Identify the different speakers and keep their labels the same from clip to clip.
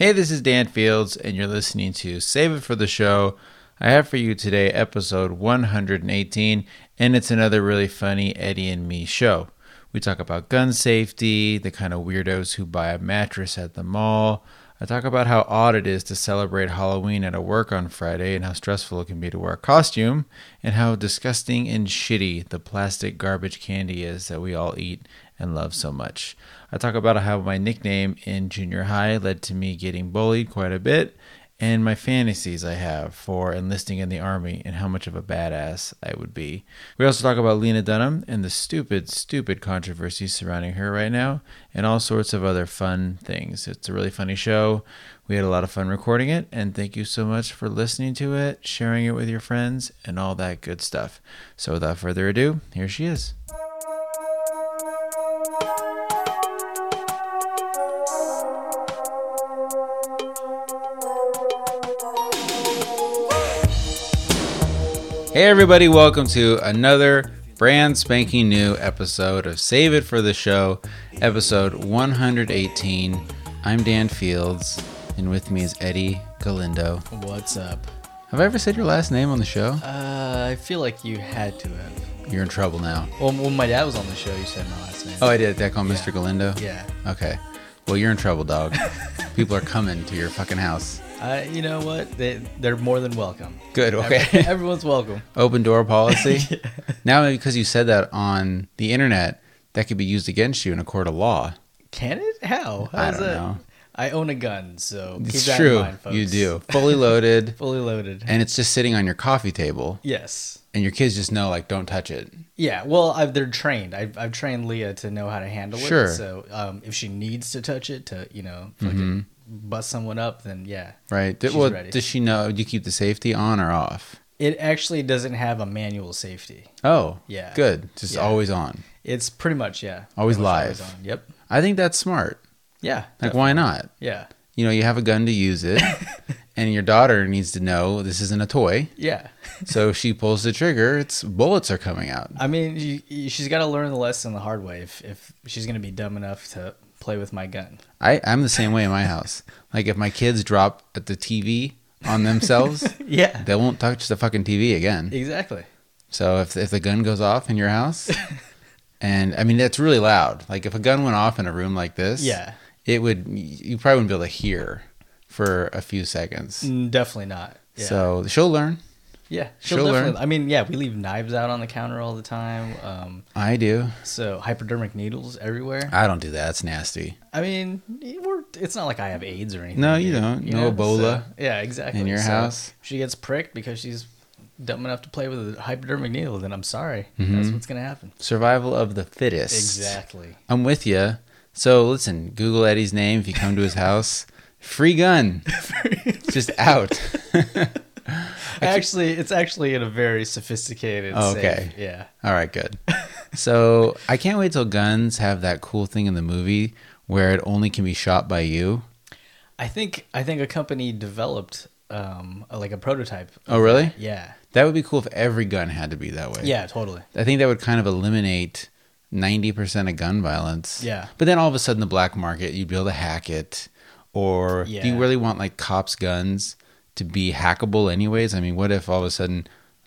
Speaker 1: Hey, this is Dan Fields, and you're listening to Save It for the Show. I have for you today episode 118, and it's another really funny Eddie and me show. We talk about gun safety, the kind of weirdos who buy a mattress at the mall. I talk about how odd it is to celebrate Halloween at a work on Friday and how stressful it can be to wear a costume, and how disgusting and shitty the plastic garbage candy is that we all eat and love so much. I talk about how my nickname in junior high led to me getting bullied quite a bit, and my fantasies I have for enlisting in the army and how much of a badass I would be. We also talk about Lena Dunham and the stupid, stupid controversy surrounding her right now, and all sorts of other fun things. It's a really funny show. We had a lot of fun recording it, and thank you so much for listening to it, sharing it with your friends, and all that good stuff. So, without further ado, here she is. Hey, everybody, welcome to another brand spanking new episode of Save It for the Show, episode 118. I'm Dan Fields, and with me is Eddie Galindo.
Speaker 2: What's up?
Speaker 1: Have I ever said your last name on the show?
Speaker 2: Uh, I feel like you had to have.
Speaker 1: You're in trouble now.
Speaker 2: Well, when my dad was on the show, you said my last name.
Speaker 1: Oh, I did. Did I call him Mr. Galindo?
Speaker 2: yeah.
Speaker 1: Okay. Well, you're in trouble, dog. People are coming to your fucking house.
Speaker 2: Uh, you know what? They, they're more than welcome.
Speaker 1: Good.
Speaker 2: Every-
Speaker 1: Okay.
Speaker 2: everyone's welcome.
Speaker 1: Open door policy. Now, because you said that on the internet, that could be used against you in a court of law.
Speaker 2: Can it? How? How's
Speaker 1: I don't
Speaker 2: that?
Speaker 1: know.
Speaker 2: I own a gun, so keep
Speaker 1: It's
Speaker 2: that
Speaker 1: true.
Speaker 2: in mind, folks.
Speaker 1: You do. Fully loaded.
Speaker 2: Fully loaded.
Speaker 1: and it's just sitting on your coffee table
Speaker 2: yes.
Speaker 1: and your kids just know like don't touch it.
Speaker 2: Yeah. Well, I've, they're trained. I've, I've trained Leah to know how to handle
Speaker 1: Sure.
Speaker 2: it. So um, if she needs to touch it to, you know, fucking
Speaker 1: Mm-hmm.
Speaker 2: bust someone up, then yeah.
Speaker 1: Right? Did,
Speaker 2: She's
Speaker 1: well,
Speaker 2: ready.
Speaker 1: does she know do you keep the safety on or off?
Speaker 2: It actually doesn't have a manual safety.
Speaker 1: Oh.
Speaker 2: Yeah.
Speaker 1: Good. Just
Speaker 2: Yeah.
Speaker 1: always on.
Speaker 2: It's pretty much yeah.
Speaker 1: Always
Speaker 2: pretty much
Speaker 1: live.
Speaker 2: on. Yep.
Speaker 1: I think that's smart.
Speaker 2: Yeah.
Speaker 1: Like why not?
Speaker 2: Yeah.
Speaker 1: You know, you have a gun to use it and your daughter needs to know this isn't a toy.
Speaker 2: Yeah.
Speaker 1: So if she pulls the trigger, it's bullets are coming out.
Speaker 2: I mean, you, you, she's got to learn the lesson the hard way if, if she's going to be dumb enough to play with my gun.
Speaker 1: I, I'm the same way in my house. Like if my kids drop at the TV on themselves,
Speaker 2: Yeah.
Speaker 1: they won't touch the fucking TV again.
Speaker 2: Exactly.
Speaker 1: So if if the gun goes off in your house, and I mean that's really loud. Like if a gun went off in a room like this,
Speaker 2: Yeah.
Speaker 1: it would. You probably wouldn't be able to hear for a few seconds.
Speaker 2: Mm, Definitely not. Yeah.
Speaker 1: So she'll learn.
Speaker 2: yeah, she'll,
Speaker 1: she'll learn.
Speaker 2: definitely. I mean, yeah, we leave knives out on the counter all the time. Um,
Speaker 1: I do.
Speaker 2: so hypodermic needles everywhere.
Speaker 1: I don't do that. It's nasty.
Speaker 2: I mean, we're, it's not like I have AIDS or anything.
Speaker 1: No, you
Speaker 2: dude,
Speaker 1: don't. No Ebola
Speaker 2: So, yeah, exactly.
Speaker 1: in your
Speaker 2: So
Speaker 1: house.
Speaker 2: if She gets pricked because she's dumb enough to play with a hypodermic needle. Then I'm sorry.
Speaker 1: Mm-hmm.
Speaker 2: That's what's going to happen.
Speaker 1: Survival of the fittest.
Speaker 2: Exactly.
Speaker 1: I'm with you. So listen, Google Eddie's name if you come to his house. Free gun, just out.
Speaker 2: actually, it's actually in a very sophisticated.
Speaker 1: Oh,
Speaker 2: safe-
Speaker 1: okay.
Speaker 2: Yeah.
Speaker 1: All right, good. So I can't wait till guns have that cool thing in the movie where it only can be shot by you.
Speaker 2: I think I think a company developed um like a prototype.
Speaker 1: Oh, really?
Speaker 2: Yeah.
Speaker 1: That would be cool if every gun had to be that way.
Speaker 2: Yeah. Totally.
Speaker 1: I think that would kind of eliminate 90% of gun violence.
Speaker 2: Yeah.
Speaker 1: But then all of a sudden, the black market, you'd be able to hack it. Or do you
Speaker 2: Yeah.
Speaker 1: really want like cops' guns to be hackable, anyways? I mean, what if all of a sudden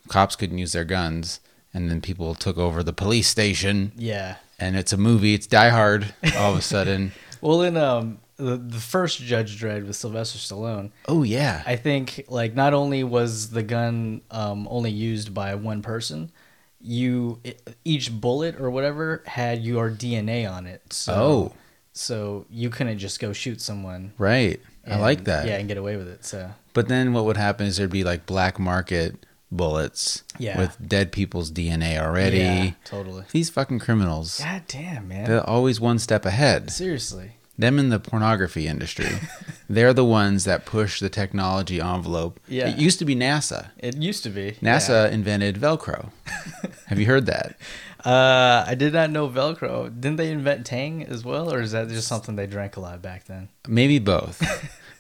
Speaker 1: cops couldn't use their guns and then people took over the police station
Speaker 2: Yeah.
Speaker 1: and it's a movie, it's Die Hard all of a sudden?
Speaker 2: Well, in um the, the first Judge Dredd with Sylvester Stallone,
Speaker 1: oh, yeah.
Speaker 2: I think like not only was the gun um only used by one person. You e, each bullet or whatever had your DNA on it, so
Speaker 1: Oh.
Speaker 2: so you couldn't just go shoot someone.
Speaker 1: Right. I like
Speaker 2: and-
Speaker 1: that.
Speaker 2: Yeah, and get away with it. So
Speaker 1: But then what would happen is there'd be like black market bullets
Speaker 2: Yeah.
Speaker 1: with dead people's DNA already.
Speaker 2: Yeah, totally.
Speaker 1: These fucking criminals,
Speaker 2: God damn, man.
Speaker 1: they're always one step ahead.
Speaker 2: Seriously.
Speaker 1: Them in the pornography industry, they're the ones that push the technology envelope.
Speaker 2: Yeah.
Speaker 1: It used to be NASA.
Speaker 2: It used to be.
Speaker 1: NASA invented Velcro. Have you heard that?
Speaker 2: Yeah. Uh, I did not know Velcro. Didn't they invent Tang as well? Or is that just something they drank a lot back then?
Speaker 1: Maybe both.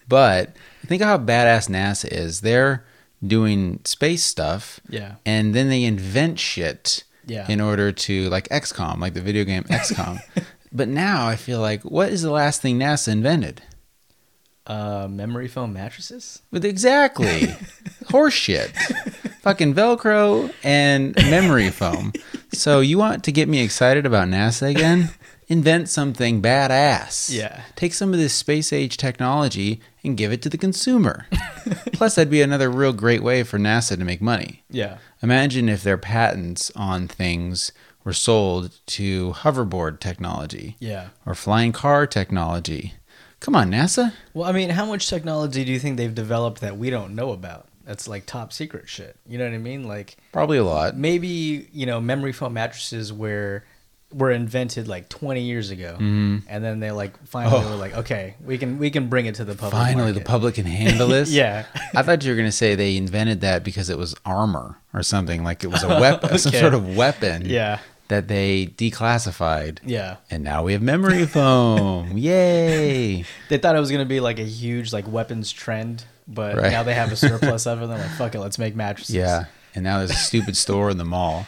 Speaker 1: but think of how badass NASA is. They're doing space stuff.
Speaker 2: Yeah.
Speaker 1: and then they invent shit
Speaker 2: Yeah.
Speaker 1: in order to like XCOM, like the video game XCOM. but now I feel like what is the last thing NASA invented?
Speaker 2: Uh, memory foam mattresses.
Speaker 1: With exactly horseshit, fucking Velcro and memory foam. So you want to get me excited about NASA again? Invent something badass.
Speaker 2: Yeah.
Speaker 1: Take some of this space age technology and give it to the consumer. Plus, that'd be another real great way for NASA to make money.
Speaker 2: Yeah.
Speaker 1: Imagine if their patents on things were sold to hoverboard technology
Speaker 2: Yeah.
Speaker 1: or flying car technology. Come on, NASA.
Speaker 2: Well, I mean, how much technology do you think they've developed that we don't know about? That's like top secret shit. You know what I mean? Like
Speaker 1: Probably a lot.
Speaker 2: maybe you know memory foam mattresses were were invented like 20 years ago, and then they like finally
Speaker 1: Mm-hmm. Oh.
Speaker 2: were like, okay, we can we can bring it to the public.
Speaker 1: Finally, the
Speaker 2: market.
Speaker 1: public can handle this.
Speaker 2: Yeah.
Speaker 1: I thought you were going to say they invented that because it was armor or something, like it was a weapon, some
Speaker 2: Okay.
Speaker 1: sort of weapon
Speaker 2: Yeah.
Speaker 1: that they declassified.
Speaker 2: Yeah.
Speaker 1: And now we have memory foam. Yay.
Speaker 2: They thought it was gonna be like a huge like weapons trend, but
Speaker 1: Right.
Speaker 2: now they have a surplus of it. They're like, fuck it, let's make mattresses.
Speaker 1: Yeah. And now there's a stupid store in the mall.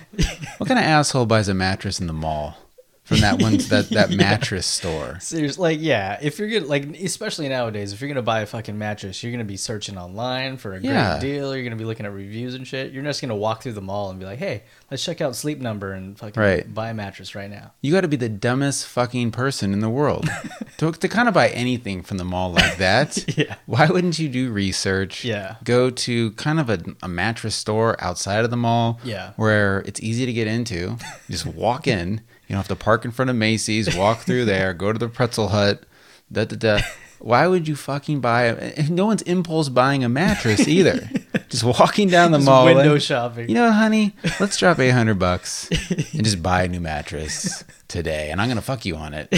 Speaker 1: What kind of asshole buys a mattress in the mall? From that one, that, that mattress store.
Speaker 2: Seriously, like yeah, if you're gonna like, especially nowadays, if you're gonna buy a fucking mattress, you're gonna be searching online for a
Speaker 1: Yeah.
Speaker 2: great deal. You're gonna be looking at reviews and shit. You're just gonna walk through the mall and be like, hey, let's check out Sleep Number and fucking
Speaker 1: Right.
Speaker 2: buy a mattress right now.
Speaker 1: You got to be the dumbest fucking person in the world to, to kind of buy anything from the mall like that.
Speaker 2: Yeah.
Speaker 1: Why wouldn't you do research?
Speaker 2: Yeah.
Speaker 1: Go to kind of a, a mattress store outside of the mall.
Speaker 2: Yeah.
Speaker 1: Where it's easy to get into. You just walk in. You don't have to park in front of Macy's, walk through there, go to the pretzel hut. Da, da, da. Why would you fucking buy? and No one's impulse buying a mattress either. just walking down the
Speaker 2: Just
Speaker 1: mall. and-
Speaker 2: window shopping.
Speaker 1: you know, honey, let's drop 800 bucks and just buy a new mattress today. And I'm going to fuck you on it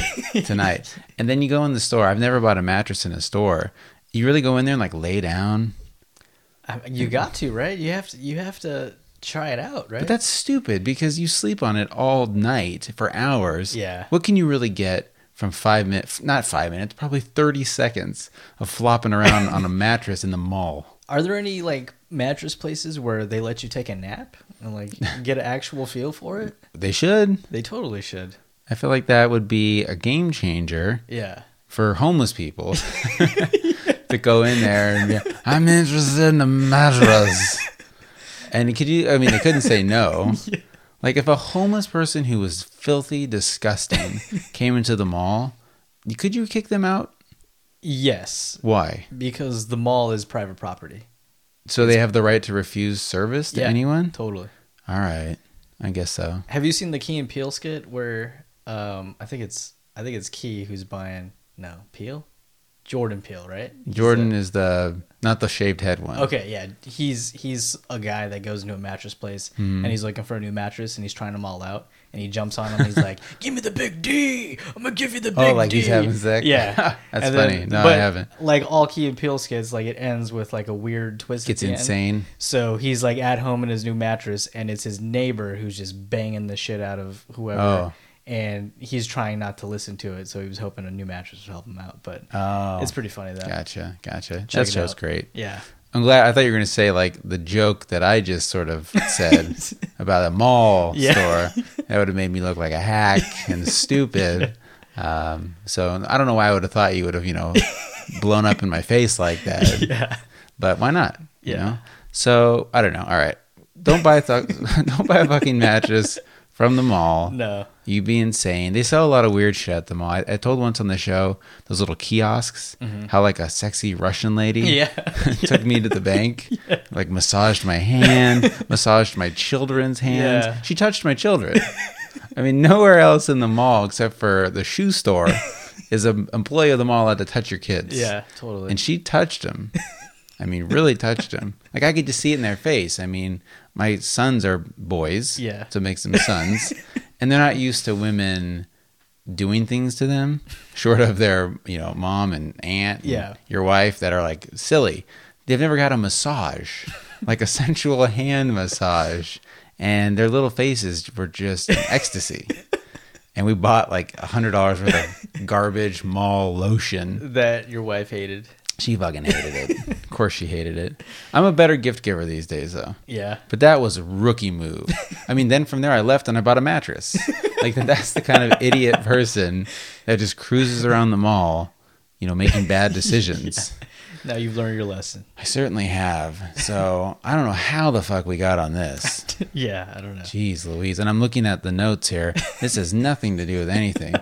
Speaker 1: tonight. And then you go in the store. I've never bought a mattress in a store. You really go in there and like lay down.
Speaker 2: I- you got to right. You have to. You have to try it out, right?
Speaker 1: But that's stupid because you sleep on it all night for hours.
Speaker 2: Yeah.
Speaker 1: What can you really get from five minutes, not five minutes, probably 30 seconds of flopping around on a mattress in the mall?
Speaker 2: Are there any like mattress places where they let you take a nap and like get an actual feel for it?
Speaker 1: They should.
Speaker 2: They totally should.
Speaker 1: I feel like that would be a game changer.
Speaker 2: Yeah.
Speaker 1: for homeless people to go in there and be, I'm interested in the mattress. and could you? I mean, they couldn't say no. Like if a homeless person who was filthy, disgusting came into the mall, you- could you kick them out?
Speaker 2: Yes,
Speaker 1: Why?
Speaker 2: because the mall is private property.
Speaker 1: So they have the right to refuse service to
Speaker 2: Yeah.
Speaker 1: anyone?
Speaker 2: Totally.
Speaker 1: All right, I guess so.
Speaker 2: Have you seen the Key and Peel skit where um I think it's I think it's Key who's buying no Peel, Jordan Peel, right?
Speaker 1: Jordan is the not the shaved head one.
Speaker 2: Okay, yeah, he's he's a guy that goes into a mattress place
Speaker 1: Hmm.
Speaker 2: and he's looking for a new mattress and he's trying them all out and he jumps on him. and He's like, "Give me the big D! I'm gonna give you the big D!"
Speaker 1: Oh, like he's having sex?
Speaker 2: Yeah,
Speaker 1: That's
Speaker 2: And then-
Speaker 1: funny. No, I
Speaker 2: but,
Speaker 1: haven't.
Speaker 2: Like all Key and Peele skits, like it ends with like a weird twist. at
Speaker 1: Gets
Speaker 2: the end.
Speaker 1: insane.
Speaker 2: So he's like at home in his new mattress, and it's his neighbor who's just banging the shit out of whoever.
Speaker 1: Oh.
Speaker 2: And he's trying not to listen to it, so he was hoping a new mattress would help him out. But
Speaker 1: Oh.
Speaker 2: it's pretty funny though.
Speaker 1: Gotcha, gotcha.
Speaker 2: Check
Speaker 1: that
Speaker 2: it
Speaker 1: show's
Speaker 2: out.
Speaker 1: great.
Speaker 2: Yeah.
Speaker 1: I'm glad. I thought you were going to say like the joke that I just sort of said about a mall
Speaker 2: Yeah.
Speaker 1: store. That would have made me look like a hack and stupid. Um, so I don't know why I would have thought you would have, you know, blown up in my face like that.
Speaker 2: Yeah.
Speaker 1: But why not? You
Speaker 2: Yeah.
Speaker 1: know? So I don't know. All right, don't buy th- don't buy a fucking mattress from the mall.
Speaker 2: No.
Speaker 1: You'd be insane. They sell a lot of weird shit at the mall. I, I told once on the show those little kiosks, how like a sexy Russian lady
Speaker 2: Mm-hmm. Yeah.
Speaker 1: took me to the bank, like massaged my hand, massaged my children's hands.
Speaker 2: Yeah.
Speaker 1: She touched my children. I mean, nowhere else in the mall except for the shoe store is an employee of the mall allowed to touch your kids.
Speaker 2: Yeah, totally.
Speaker 1: And she touched him. I mean, really touched him. Like I could just see it in their face. I mean, my sons are boys.
Speaker 2: Yeah.
Speaker 1: So it makes them sons. and they're not used to women doing things to them, short of their, you know, mom and aunt and
Speaker 2: Yeah.
Speaker 1: your wife that are like silly. They've never got a massage, like a sensual hand massage. And their little faces were just in ecstasy. And we bought like a hundred dollars worth of garbage mall lotion.
Speaker 2: that your wife hated.
Speaker 1: She fucking hated it. of course, she hated it. I'm a better gift giver these days, though.
Speaker 2: Yeah.
Speaker 1: But that was a rookie move. I mean, then from there, I left and I bought a mattress. like, that's the kind of idiot person that just cruises around the mall, you you know, making bad decisions.
Speaker 2: Now you've learned your lesson.
Speaker 1: I certainly have. So I don't know how the fuck we got on this.
Speaker 2: yeah, I don't know.
Speaker 1: Jeez Louise. And I'm looking at the notes here. This has nothing to do with anything.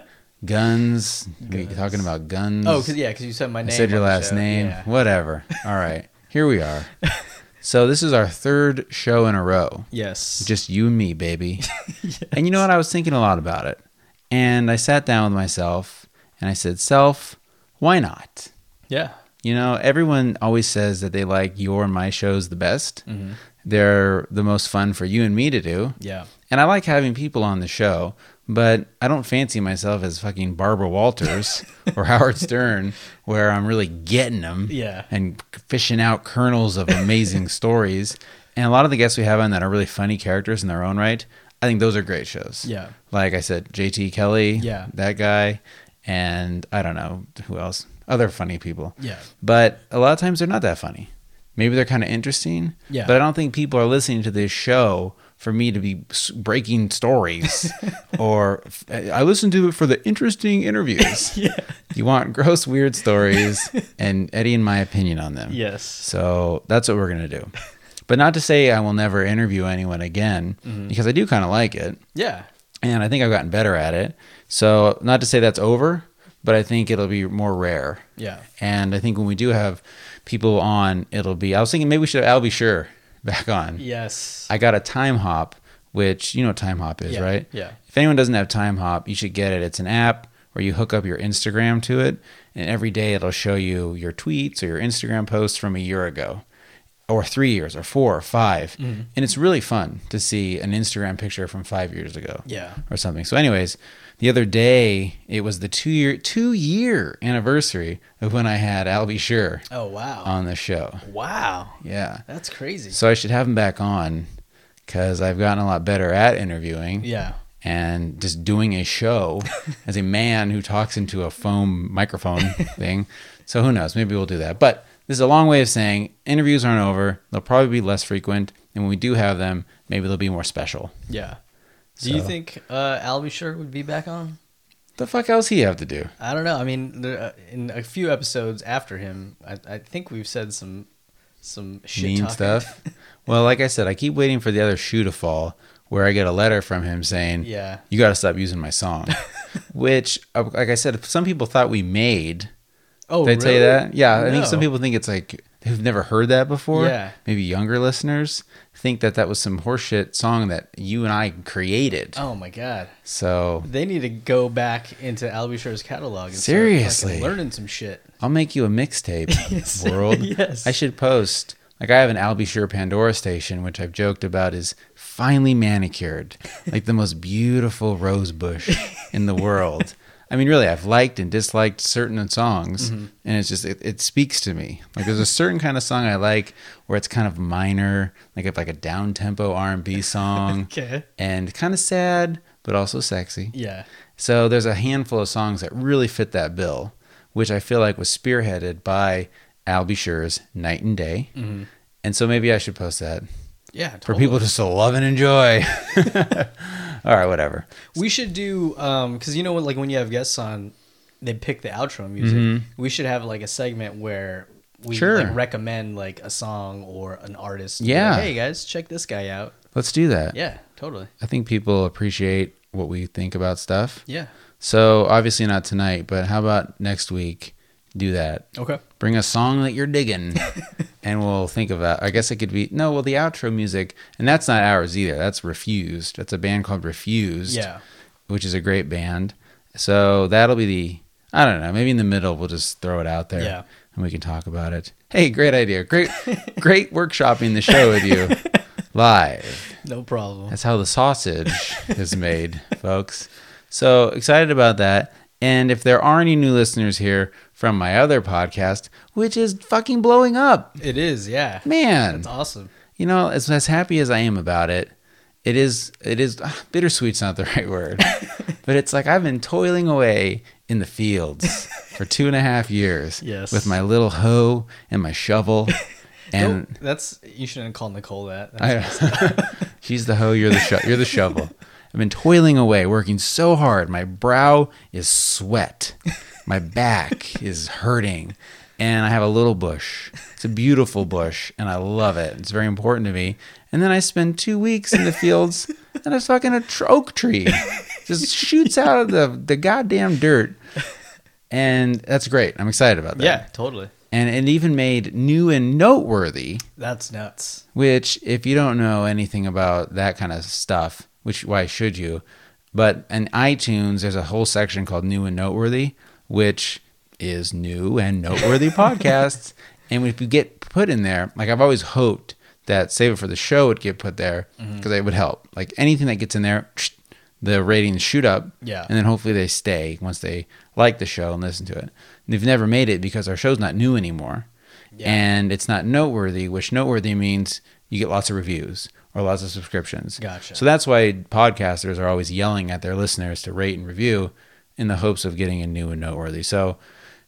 Speaker 1: Guns. We
Speaker 2: Guns.
Speaker 1: talking about guns.
Speaker 2: Oh, cause, yeah, because you said my
Speaker 1: I
Speaker 2: name.
Speaker 1: said your
Speaker 2: on the
Speaker 1: last
Speaker 2: show.
Speaker 1: name.
Speaker 2: Yeah.
Speaker 1: Whatever. All right. Here we are. So this is our third show in a row.
Speaker 2: Yes.
Speaker 1: Just you and me, baby. And you know what? I was thinking a lot about it. And I sat down with myself and I said, Self, why not?
Speaker 2: yeah.
Speaker 1: You know, everyone always says that they like your and my shows the best.
Speaker 2: Mm-hmm.
Speaker 1: They're the most fun for you and me to do.
Speaker 2: Yeah.
Speaker 1: And I like having people on the show, but I don't fancy myself as fucking Barbara Walters or Howard Stern, where I'm really getting them
Speaker 2: Yeah.
Speaker 1: and fishing out kernels of amazing stories. And a lot of the guests we have on that are really funny characters in their own right. I think those are great shows.
Speaker 2: Yeah.
Speaker 1: Like I said, JT Kelly,
Speaker 2: Yeah.
Speaker 1: that guy, and I don't know who else, other funny people.
Speaker 2: Yeah.
Speaker 1: But a lot of times they're not that funny. Maybe they're kind of interesting.
Speaker 2: Yeah.
Speaker 1: But I don't think people are listening to this show for me to be s- breaking stories or f- I listen to it for the interesting interviews.
Speaker 2: Yeah.
Speaker 1: You want gross, weird stories and Eddie and my opinion on them.
Speaker 2: Yes.
Speaker 1: So that's what we're going to do. But not to say I will never interview anyone again
Speaker 2: Mm-hmm.
Speaker 1: because I do kind of like it
Speaker 2: Yeah.
Speaker 1: and I think I've gotten better at it. So not to say that's over, but I think it'll be more rare.
Speaker 2: Yeah.
Speaker 1: And I think when we do have people on, it'll be. I was thinking maybe we should have Albie Sure back on.
Speaker 2: Yes.
Speaker 1: I got a time hop, which you know what time hop is,
Speaker 2: Yeah,
Speaker 1: right?
Speaker 2: yeah.
Speaker 1: If anyone doesn't have time hop, you should get it. It's an app where you hook up your Instagram to it, and every day it'll show you your tweets or your Instagram posts from a year ago. Or three years, or four, or 5
Speaker 2: Mm-hmm.
Speaker 1: and it's really fun to see an Instagram picture from five years ago,
Speaker 2: Yeah.
Speaker 1: or something. So, anyways, the other day it was the two year two year anniversary of when I had Albie Sure
Speaker 2: oh wow.
Speaker 1: on the show.
Speaker 2: wow.
Speaker 1: Yeah,
Speaker 2: That's crazy.
Speaker 1: Um, so I should have him back on because I've gotten a lot better at interviewing
Speaker 2: yeah.
Speaker 1: and just doing a show as a man who talks into a foam microphone thing. So who knows? Maybe we'll do that. But this is a long way of saying interviews aren't over. They'll probably be less frequent. And when we do have them, maybe they'll be more special.
Speaker 2: Yeah. Do you
Speaker 1: So-
Speaker 2: think uh, Albie Shirt would be back on?
Speaker 1: The fuck else he have to do?
Speaker 2: I don't know. I mean, there, uh, in a few episodes after him, I, I think we've said some some shit
Speaker 1: mean
Speaker 2: talking.
Speaker 1: stuff. Well, like I said, I keep waiting for the other shoe to fall where I get a letter from him saying,
Speaker 2: Yeah.
Speaker 1: you got to stop using my song." Which uh, like I said, some people thought we made.
Speaker 2: Oh,
Speaker 1: Did I tell you
Speaker 2: really?
Speaker 1: that? Yeah, I think some
Speaker 2: No.
Speaker 1: people think it's like who've never heard that before.
Speaker 2: Yeah.
Speaker 1: Maybe younger listeners think that that was some horseshit song that you and I created.
Speaker 2: Oh my god,
Speaker 1: So
Speaker 2: they need to go back into Albie Shirt's catalog. And start fucking
Speaker 1: Seriously.
Speaker 2: learning some shit.
Speaker 1: I'll make you a mixtape
Speaker 2: Yes.
Speaker 1: world.
Speaker 2: Yes.
Speaker 1: I should post. Like I have an Albie Sure Pandora station, which I've joked about is finely manicured, like the most beautiful rose bush in the world. I mean, really, I've liked and disliked certain songs,
Speaker 2: Mm-hmm.
Speaker 1: and it's just it, it speaks to me. Like there's a certain kind of song I like where it's kind of minor, like if like a down tempo R and B song,
Speaker 2: Okay.
Speaker 1: and kind of sad but also sexy.
Speaker 2: Yeah.
Speaker 1: So there's a handful of songs that really fit that bill, which I feel like was spearheaded by Al Shur's Night and Day. And so maybe I should post that
Speaker 2: Yeah.
Speaker 1: for
Speaker 2: Mm-hmm. totally.
Speaker 1: people just to love and enjoy. All right, whatever.
Speaker 2: We should do um because you know when like when you have guests on, they pick the outro music. We should have like a segment where we
Speaker 1: Mm-hmm. Sure.
Speaker 2: like, recommend like a song or an artist. Be
Speaker 1: Yeah.
Speaker 2: like, hey guys, check this guy out.
Speaker 1: Let's do that.
Speaker 2: Yeah, totally.
Speaker 1: I think people appreciate what we think about stuff.
Speaker 2: Yeah.
Speaker 1: So obviously not tonight, but how about next week? Do that.
Speaker 2: Okay.
Speaker 1: Bring a song that you're digging, and we'll think about. I guess it could be no. Well, the outro music, and that's not ours either. That's Refused. That's a band called Refused.
Speaker 2: Yeah.
Speaker 1: which is a great band. So that'll be the I don't know, maybe in the middle we'll just throw it out there
Speaker 2: Yeah.
Speaker 1: and we can talk about it. Hey, great idea. Great great workshopping the show with you live.
Speaker 2: No problem.
Speaker 1: That's how the sausage is made, folks. So excited about that. And if there are any new listeners here from my other podcast, which is fucking blowing up.
Speaker 2: It is, yeah.
Speaker 1: Man
Speaker 2: That's awesome.
Speaker 1: you know, as as happy as I am about it, it is it is ah, bittersweet's not the right word, but it's like I've been toiling away in the fields for two and a half years,
Speaker 2: Yes.
Speaker 1: with my little hoe and my shovel, and
Speaker 2: Nope, that's you shouldn't call Nicole that. That's-
Speaker 1: I, she's the hoe, you're the sho- you're the shovel. I've been toiling away, working so hard. My brow is sweat. My back is hurting. And I have a little bush. It's a beautiful bush, and I love it. It's very important to me. And then I spend two weeks in the fields, and a fucking tr- oak tree just shoots out of the, the goddamn dirt. And that's great. I'm excited about that.
Speaker 2: Yeah, totally.
Speaker 1: And it even made new and noteworthy
Speaker 2: That's nuts.
Speaker 1: which if you don't know anything about that kind of stuff which why should you but in itunes there's a whole section called new and noteworthy which is new and noteworthy podcasts and if you get put in there like i've always hoped that save it for the show would get put there because it would help like anything that gets in there the ratings shoot up
Speaker 2: Yeah.
Speaker 1: and then hopefully they stay once they like the show and listen to it and they've never made it because our show's not new anymore
Speaker 2: Yeah.
Speaker 1: and it's not noteworthy, which noteworthy means you get lots of reviews or lots of subscriptions.
Speaker 2: Gotcha.
Speaker 1: So that's why podcasters are always yelling at their listeners to rate and review in the hopes of getting a new and noteworthy. So,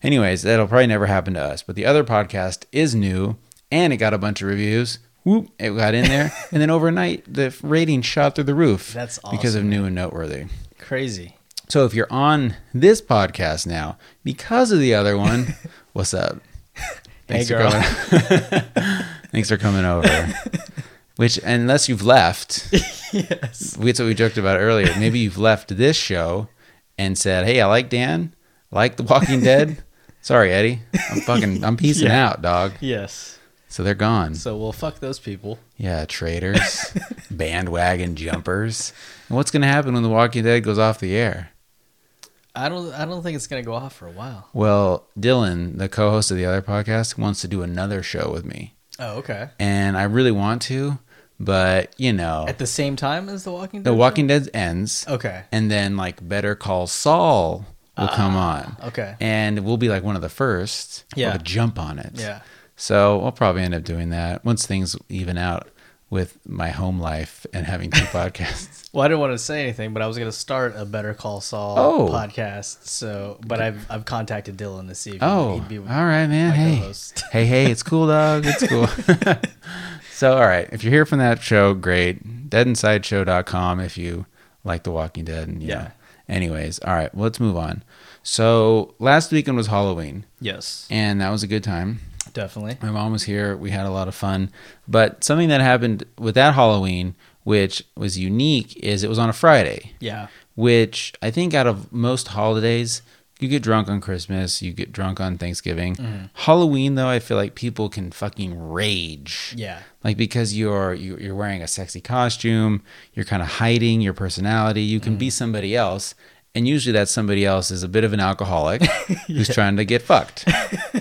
Speaker 1: anyways, that'll probably never happen to us. But the other podcast is new and it got a bunch of reviews. Whoop, it got in there. and then overnight, the rating shot through the roof
Speaker 2: That's
Speaker 1: because of new and noteworthy.
Speaker 2: Crazy.
Speaker 1: So if you're on this podcast now because of the other one, what's up? Thanks
Speaker 2: girl.
Speaker 1: For coming. Thanks for coming over. Which, unless you've left,
Speaker 2: yes.
Speaker 1: that's what we joked about earlier. Maybe you've left this show and said, "Hey, I like Dan. I like The Walking Dead." Sorry, Eddie. I'm fucking. I'm piecing
Speaker 2: Yeah.
Speaker 1: out, dog.
Speaker 2: Yes.
Speaker 1: So they're gone.
Speaker 2: So we'll fuck those people.
Speaker 1: Yeah, traitors, bandwagon jumpers. And what's gonna happen when The Walking Dead goes off the air?
Speaker 2: I don't. I don't think it's gonna go off for a while.
Speaker 1: Well, Dylan, the co-host of the other podcast, wants to do another show with me,
Speaker 2: Oh, okay.
Speaker 1: and I really want to, but you know,
Speaker 2: At the same time as the Oh. Walking Dead.
Speaker 1: The Walking Dead ends,
Speaker 2: Show? Okay.
Speaker 1: and then like Better Call Saul will come on,
Speaker 2: Ah, Okay.
Speaker 1: and we'll be like one of the first. We'll have
Speaker 2: Yeah.
Speaker 1: a jump on it.
Speaker 2: Yeah.
Speaker 1: So I'll probably end up doing that once things even out with my home life and having two podcasts.
Speaker 2: Well, I didn't want to say anything, but I was going to start a Better Call Saul
Speaker 1: Oh.
Speaker 2: podcast. So, but I've I've contacted Dylan to see if
Speaker 1: Oh, all
Speaker 2: he'd be
Speaker 1: right, man.
Speaker 2: my
Speaker 1: Hey,
Speaker 2: co-host.
Speaker 1: hey, hey, it's cool, dog. It's cool. so, all right. If you're here from that show, great. Deadinsideshow.com if you like The Walking Dead. And, yeah.
Speaker 2: Yeah.
Speaker 1: Anyways, all right. Well, let's move on. So, last weekend was Halloween,
Speaker 2: Yes,
Speaker 1: and that was a good time.
Speaker 2: definitely.
Speaker 1: My mom was here. We had a lot of fun. But something that happened with that Halloween, which was unique, is it was on a Friday
Speaker 2: Yeah,
Speaker 1: which I think out of most holidays, you get drunk on Christmas, you get drunk on Thanksgiving. Halloween though, I feel like people can fucking rage.
Speaker 2: yeah,
Speaker 1: Like because you're you- you're wearing a sexy costume, you're kind of hiding your personality. You can be somebody else, and usually that somebody else is a bit of an alcoholic who's trying to get fucked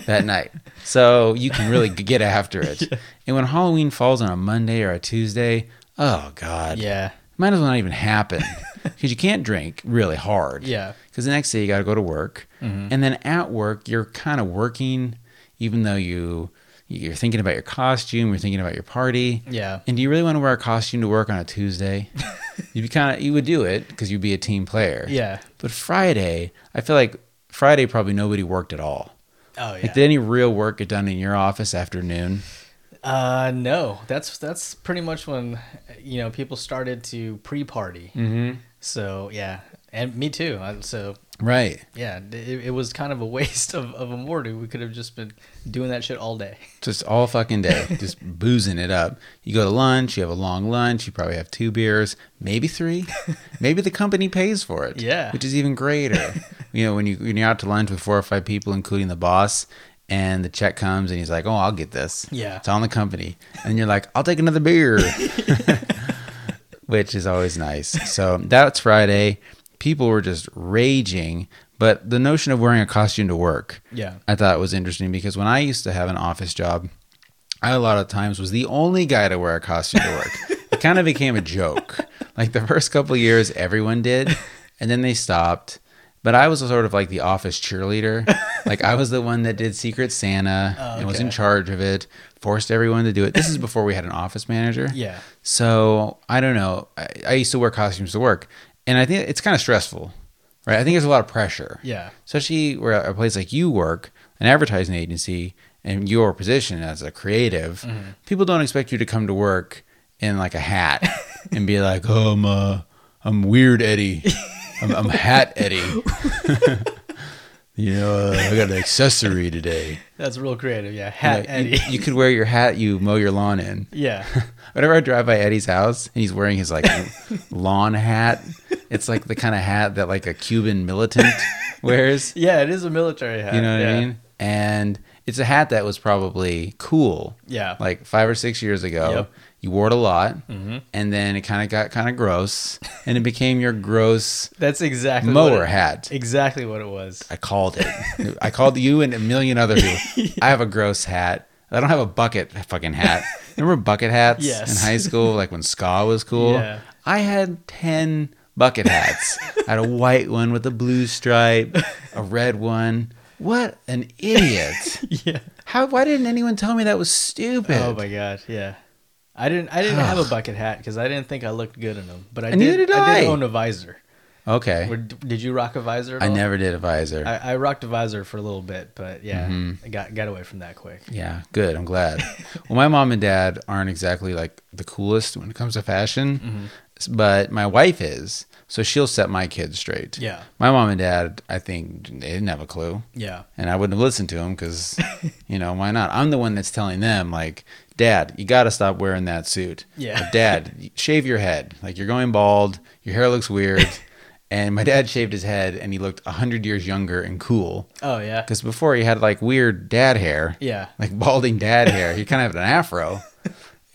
Speaker 1: that night. So you can really get after it. And when Halloween falls on a Monday or a Tuesday, oh god,
Speaker 2: yeah,
Speaker 1: might as well not even happen because you can't drink really hard.
Speaker 2: Yeah. Mm-hmm.
Speaker 1: Because the next day you got to go to work, and then at work you're kind of working, even though you you're thinking about your costume, you're thinking about your party.
Speaker 2: yeah,
Speaker 1: And do you really want to wear a costume to work on a Tuesday? You'd be kind of you would do it because you'd be a team player.
Speaker 2: yeah.
Speaker 1: But Friday, I feel like Friday probably nobody worked at all.
Speaker 2: Oh yeah.
Speaker 1: Like, did any real work get done in your office after noon?
Speaker 2: Uh, no, that's that's pretty much when you know people started to pre-party. Mm-hmm. So yeah, and me too. I- So
Speaker 1: Right.
Speaker 2: yeah, it, it was kind of a waste of of a morning. We could have just been doing that shit all day.
Speaker 1: just all fucking day, just boozing it up. You go to lunch, you have a long lunch, you probably have two beers, maybe three. Maybe the company pays for it.
Speaker 2: Yeah.
Speaker 1: Which is even greater. you know, when you when you're out to lunch with four or five people, including the boss, and the check comes and he's like, Oh, I'll get this.
Speaker 2: Yeah.
Speaker 1: It's on the company. And you're like, I'll take another beer. Which is always nice. So that's Friday. People were just raging, but the notion of wearing a costume to work.
Speaker 2: Yeah.
Speaker 1: I thought it was interesting because when I used to have an office job, I a lot of times was the only guy to wear a costume to work. it kind of became a joke. Like the first couple of years, everyone did, and then they stopped. But I was sort of like the office cheerleader. Like I was the one that did Secret Santa and was in
Speaker 2: okay.
Speaker 1: charge of it, forced everyone to do it. This is before we had an office manager.
Speaker 2: Yeah.
Speaker 1: So I don't know. I, I used to wear costumes to work, and I think it's kind of stressful, right? I think there's a lot of pressure
Speaker 2: Yeah.
Speaker 1: especially where a place like you work, an advertising agency, and your position as a creative,
Speaker 2: Mm-hmm.
Speaker 1: people don't expect you to come to work in like a hat and be like, "Oh, I'm, uh, I'm weird Eddie, I'm, I'm hat Eddie." You know, uh, I got an accessory today.
Speaker 2: That's real creative.
Speaker 1: You
Speaker 2: Yeah,
Speaker 1: know,
Speaker 2: hat
Speaker 1: you-
Speaker 2: Eddie.
Speaker 1: you could wear your hat you mow your lawn in.
Speaker 2: yeah,
Speaker 1: Whenever I drive by Eddie's house and he's wearing his like lawn hat, it's like the kind of hat that like a Cuban militant wears.
Speaker 2: yeah. It is a military hat.
Speaker 1: You know what
Speaker 2: yeah.
Speaker 1: I mean? And it's a hat that was probably cool.
Speaker 2: Yeah.
Speaker 1: Like five or six years ago.
Speaker 2: Yep. Mm-hmm.
Speaker 1: You wore it a lot. And then it kind of got kind of gross. And it became your gross
Speaker 2: That's exactly what
Speaker 1: mower
Speaker 2: it-
Speaker 1: hat.
Speaker 2: Exactly what it was.
Speaker 1: I called it. I called you and a million other people. I have a gross hat. I don't have a bucket fucking hat. Remember bucket hats
Speaker 2: Yes.
Speaker 1: in high school, like when ska was cool?
Speaker 2: Yeah.
Speaker 1: I had 10 bucket hats. I had a white one with a blue stripe, a red one. What an idiot.
Speaker 2: Yeah.
Speaker 1: How, why didn't anyone tell me that was stupid?
Speaker 2: Oh my god. Yeah. I didn't. I didn't have a bucket hat because I didn't think I looked good in them. But I
Speaker 1: And
Speaker 2: did.
Speaker 1: neither did
Speaker 2: did
Speaker 1: I.
Speaker 2: own a visor.
Speaker 1: okay.
Speaker 2: Or d- did you rock a visor? At
Speaker 1: I
Speaker 2: all?
Speaker 1: never did a visor.
Speaker 2: I, I rocked a visor for a little bit, but yeah,
Speaker 1: Mm-hmm.
Speaker 2: I got got away from that quick.
Speaker 1: Yeah, good. I'm glad. well, my mom and dad aren't exactly like the coolest when it comes to fashion, s-
Speaker 2: Mm-hmm.
Speaker 1: but my wife is. So she'll set my kids straight.
Speaker 2: Yeah.
Speaker 1: My mom and dad, I think, they didn't have a clue.
Speaker 2: Yeah.
Speaker 1: And I wouldn't have listened to them because, you know, why not? I'm the one that's telling them, like, Dad, you got to stop wearing that suit.
Speaker 2: Yeah.
Speaker 1: Or, Dad, shave your head. Like, you're going bald. Your hair looks weird. and my dad shaved his head and he looked 100 years younger and cool.
Speaker 2: Oh yeah.
Speaker 1: Because before he had like weird dad hair
Speaker 2: Yeah.
Speaker 1: like balding dad hair. He kind of had an afro,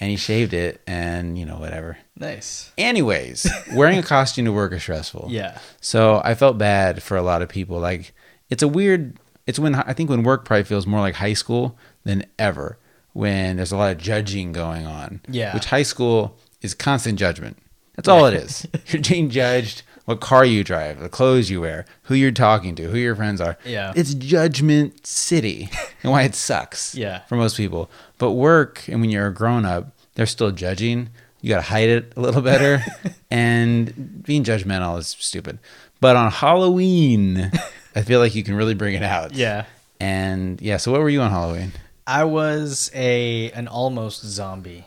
Speaker 1: and he shaved it, and you know whatever.
Speaker 2: Nice.
Speaker 1: Anyways, wearing a costume to work is stressful.
Speaker 2: Yeah.
Speaker 1: So I felt bad for a lot of people. Like it's a weird. It's when I think when work probably feels more like high school than ever. When there's a lot of judging going on.
Speaker 2: Yeah.
Speaker 1: Which high school is constant judgment. That's all it is. you're being judged. What car you drive, the clothes you wear, who you're talking to, who your friends are.
Speaker 2: Yeah.
Speaker 1: It's judgment city and why it sucks
Speaker 2: Yeah.
Speaker 1: for most people. But work, and when you're a grown up, they're still judging. You got to hide it a little better. and being judgmental is stupid. But on Halloween, I feel like you can really bring it out.
Speaker 2: Yeah.
Speaker 1: And yeah, so what were you on Halloween?
Speaker 2: I was a an almost zombie.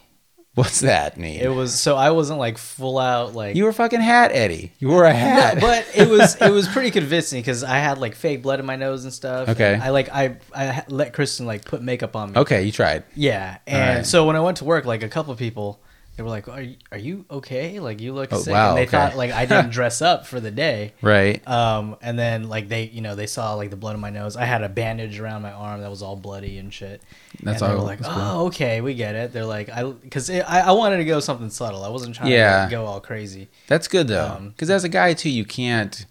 Speaker 1: What's that mean?
Speaker 2: It was so I wasn't like full out like
Speaker 1: you were fucking hat, Eddie. You wore a hat.
Speaker 2: No, but it was it was pretty convincing because I had like fake blood in my nose and stuff.
Speaker 1: Okay.
Speaker 2: And I like I I ha- let Kristen like put makeup on me.
Speaker 1: okay, you tried.
Speaker 2: Yeah, and
Speaker 1: right.
Speaker 2: so when I went to work, like a couple people, they were like, "Are you, are you okay? Like you look
Speaker 1: Oh,
Speaker 2: sick."
Speaker 1: wow,
Speaker 2: and they
Speaker 1: okay.
Speaker 2: thought like I didn't dress up for the day.
Speaker 1: Right.
Speaker 2: Um, and then like they, you know, they saw like the blood on my nose. I had a bandage around my arm that was all bloody and shit.
Speaker 1: That's
Speaker 2: and they
Speaker 1: all-
Speaker 2: Were like,
Speaker 1: that's cool.
Speaker 2: oh, okay, we get it. They're like, I, because I, I wanted to go something subtle. I wasn't trying
Speaker 1: Yeah.
Speaker 2: to like, go all crazy.
Speaker 1: That's good though,
Speaker 2: Um,
Speaker 1: because as a guy too, you can't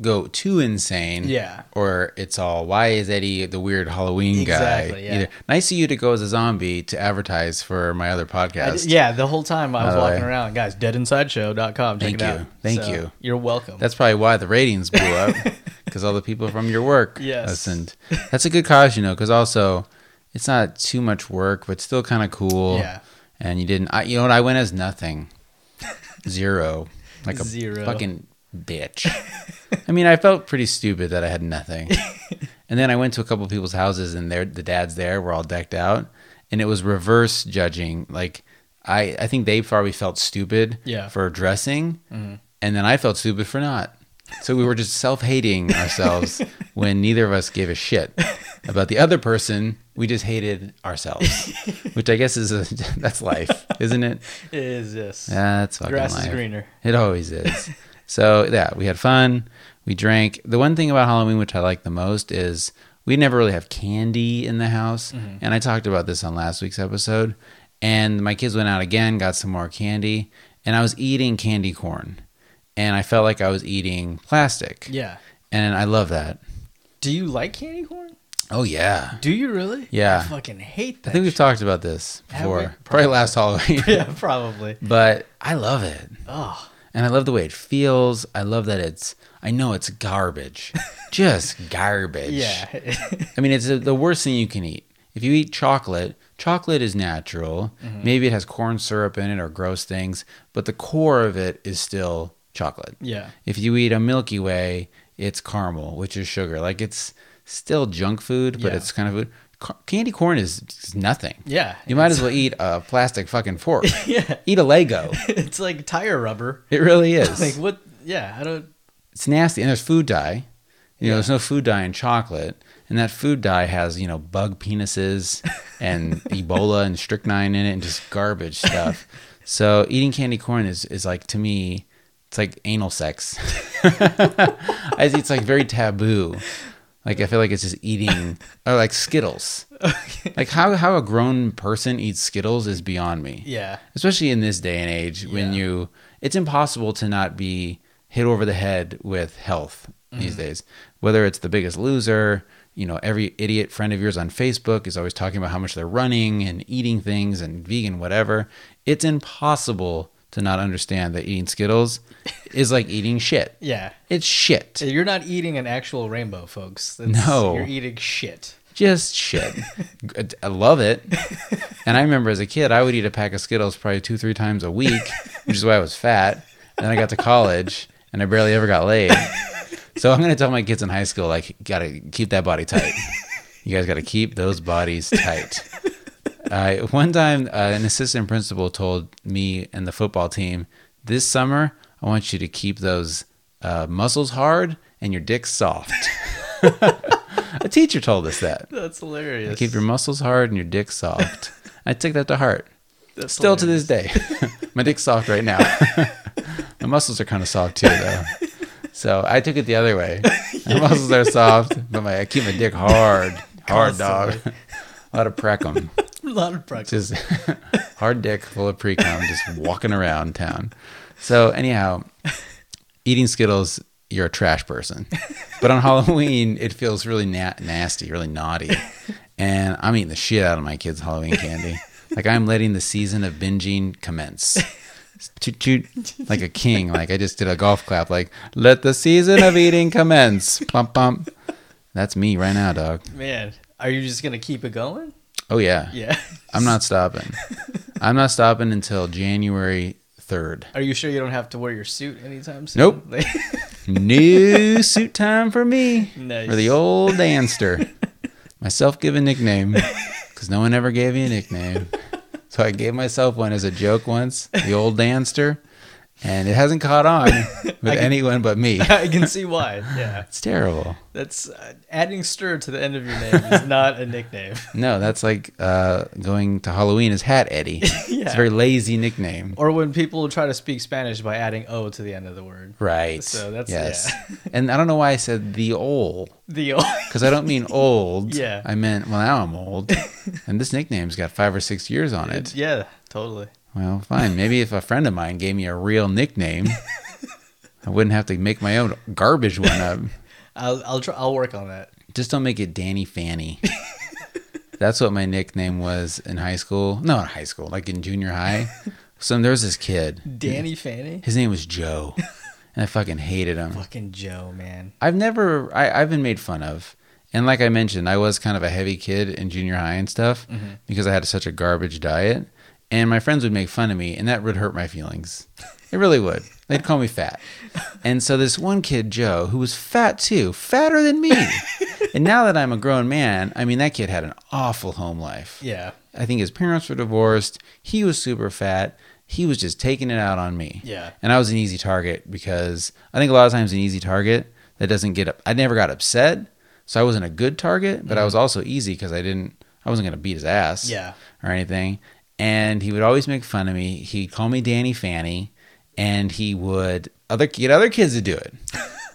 Speaker 1: go too insane.
Speaker 2: Yeah.
Speaker 1: Or it's all why is Eddie the weird Halloween guy?
Speaker 2: Exactly, yeah.
Speaker 1: Nice of you to go as a zombie to advertise for my other
Speaker 2: I
Speaker 1: podcast.
Speaker 2: did- yeah, the whole time I was
Speaker 1: the
Speaker 2: walking
Speaker 1: way.
Speaker 2: around, guys. Deadinsideshow.com. Check
Speaker 1: Thank
Speaker 2: it
Speaker 1: you.
Speaker 2: out.
Speaker 1: Thank you.
Speaker 2: You're welcome.
Speaker 1: That's probably why the ratings blew up because all the people from your work
Speaker 2: Yes.
Speaker 1: listened. That's a good cause, you know, because also it's not too much work, but still kind of cool.
Speaker 2: Yeah.
Speaker 1: And you didn't. I, you know what? I went as nothing, zero, like a
Speaker 2: Zero.
Speaker 1: fucking bitch. I mean, I felt pretty stupid that I had nothing. and then I went to a couple people's houses, and their the dads there were all decked out, and it was reverse judging. Like I, I think they probably felt stupid
Speaker 2: Yeah. Mm-hmm.
Speaker 1: for dressing, and then I felt stupid for not. So we were just self hating ourselves when neither of us gave a shit about the other person. We just hated ourselves, which I guess is a that's life, isn't it?
Speaker 2: It is this.
Speaker 1: That's fucking
Speaker 2: Grass is
Speaker 1: life.
Speaker 2: greener.
Speaker 1: It always is. so yeah, we had fun. We drank. The one thing about Halloween which I like the most is we never really have candy in the house.
Speaker 2: Mm-hmm.
Speaker 1: And I talked about this on last week's episode. And my kids went out again, got some more candy, and I was eating candy corn. And I felt like I was eating plastic.
Speaker 2: Yeah.
Speaker 1: And I love that.
Speaker 2: Do you like candy corn?
Speaker 1: Oh yeah.
Speaker 2: Do you really?
Speaker 1: Yeah.
Speaker 2: I fucking hate that.
Speaker 1: I think we've
Speaker 2: shit.
Speaker 1: talked about this
Speaker 2: Have we?
Speaker 1: before. Probably last Halloween.
Speaker 2: yeah, probably.
Speaker 1: But I love it.
Speaker 2: Oh,
Speaker 1: And I love the way it feels. I love that it's, I know it's garbage. Just garbage.
Speaker 2: yeah.
Speaker 1: I mean, it's the worst thing you can eat. If you eat chocolate, chocolate is natural.
Speaker 2: Mm-hmm.
Speaker 1: Maybe it has corn syrup in it or gross things, but the core of it is still chocolate.
Speaker 2: yeah.
Speaker 1: If you eat a Milky Way, it's caramel, which is sugar. Like it's still junk food, but
Speaker 2: Yeah.
Speaker 1: it's kind of food. Ca- Candy corn is is nothing.
Speaker 2: Yeah.
Speaker 1: You might as well eat a plastic fucking fork.
Speaker 2: Yeah.
Speaker 1: Eat a Lego.
Speaker 2: It's like tire rubber.
Speaker 1: It really is.
Speaker 2: Like what? Yeah, I don't.
Speaker 1: it's nasty and there's food dye You know, there's no food dye in chocolate, and that food dye has you know bug penises and Ebola and strychnine in it, and just garbage stuff. so eating candy corn is is like to me, it's like anal sex. I it's like very taboo. Like I feel like it's just eating or like Skittles. Like how how a grown person eats Skittles is beyond me
Speaker 2: Yeah.
Speaker 1: especially in this day and age when
Speaker 2: Yeah.
Speaker 1: you it's impossible to not be hit over the head with health these
Speaker 2: Mm-hmm.
Speaker 1: days whether it's the biggest loser you know every idiot friend of yours on facebook is always talking about how much they're running and eating things and vegan whatever it's impossible to not understand that eating skittles is like eating shit
Speaker 2: Yeah.
Speaker 1: it's shit
Speaker 2: You're not eating an actual rainbow, folks. That's,
Speaker 1: No.
Speaker 2: You're eating shit.
Speaker 1: just shit i love it and i remember as a kid i would eat a pack of skittles probably two three times a week which is why i was fat and then i got to college and i barely ever got laid so i'm going to tell my kids in high school like gotta keep that body tight you guys gotta keep those bodies tight uh, one time, uh, an assistant principal told me and the football team, "This summer, I want you to keep those uh, muscles hard and your dick soft." A teacher told us that.
Speaker 2: That's hilarious.
Speaker 1: Keep your muscles hard and your dick soft. I took that to heart.
Speaker 2: That's
Speaker 1: Still to this day, my dick's soft right now. my muscles are kind of soft too, though. So I took it the other way. My muscles are soft, but my I keep my dick hard, hard dog. A lot of precum
Speaker 2: a lot of practice.
Speaker 1: just hard dick full of pre-cum just walking around town so anyhow eating skittles you're a trash person but on halloween it feels really na- nasty really naughty and i'm eating the shit out of my kids halloween candy like i'm letting the season of binging commence toot toot like a king like i just did a golf clap like let the season of eating commence plump plump that's me right now dog
Speaker 2: Man, are you just gonna keep it going?
Speaker 1: oh yeah
Speaker 2: Yeah.
Speaker 1: I'm not stopping. I'm not stopping until January 3rd.
Speaker 2: Are you sure you don't have to wear your suit anytime soon?
Speaker 1: Nope.
Speaker 2: Nope.
Speaker 1: New suit time for me.
Speaker 2: Nice.
Speaker 1: For the old danster. My self given nickname, because no one ever gave me a nickname. So I gave myself one as a joke once, the old danster, and it hasn't caught on with anyone but me.
Speaker 2: I can see why. Yeah.
Speaker 1: It's terrible.
Speaker 2: That's uh, adding stir to the end of your name is not a nickname.
Speaker 1: No, that's like uh, going to Halloween as Hat Eddie. It's
Speaker 2: Yeah.
Speaker 1: a very lazy nickname.
Speaker 2: Or when people try to speak Spanish by adding "o" to the end of the word.
Speaker 1: Right.
Speaker 2: So that's-
Speaker 1: and I don't know why I said the old.
Speaker 2: The
Speaker 1: Because I don't mean old.
Speaker 2: Yeah.
Speaker 1: I meant, well, now I'm old. and this nickname's got five or six years on it.
Speaker 2: yeah, totally.
Speaker 1: Well, fine. Maybe if a friend of mine gave me a real nickname, I wouldn't have to make my own garbage one up.
Speaker 2: I'll I'll try, I'll work on that.
Speaker 1: Just don't make it Danny Fanny. That's what my nickname was in high school. No, in high school, like in junior high. So there was this kid.
Speaker 2: Danny Fanny,
Speaker 1: His name was Joe. And I fucking hated him.
Speaker 2: fucking Joe, man.
Speaker 1: I've never I, I've been made fun of. And like I mentioned, I was kind of a heavy kid in junior high and stuff
Speaker 2: Mm-hmm.
Speaker 1: because I had such a garbage diet. And my friends would make fun of me, and that would hurt my feelings. It really would. They'd call me fat. And so this one kid, Joe, who was fat too, fatter than me. and now that I'm a grown man, I mean, that kid had an awful home life.
Speaker 2: Yeah,
Speaker 1: I think his parents were divorced. He was super fat. He was just taking it out on me.
Speaker 2: Yeah.
Speaker 1: And I was an easy target because I think a lot of times an easy target that doesn't get up. I never got upset. So I wasn't a good target, but I was also easy because I didn't, I wasn't going to beat his ass
Speaker 2: Mm-hmm. Yeah.
Speaker 1: or anything. And he would always make fun of me. He'd call me Danny Fanny and he would other get other kids to do it.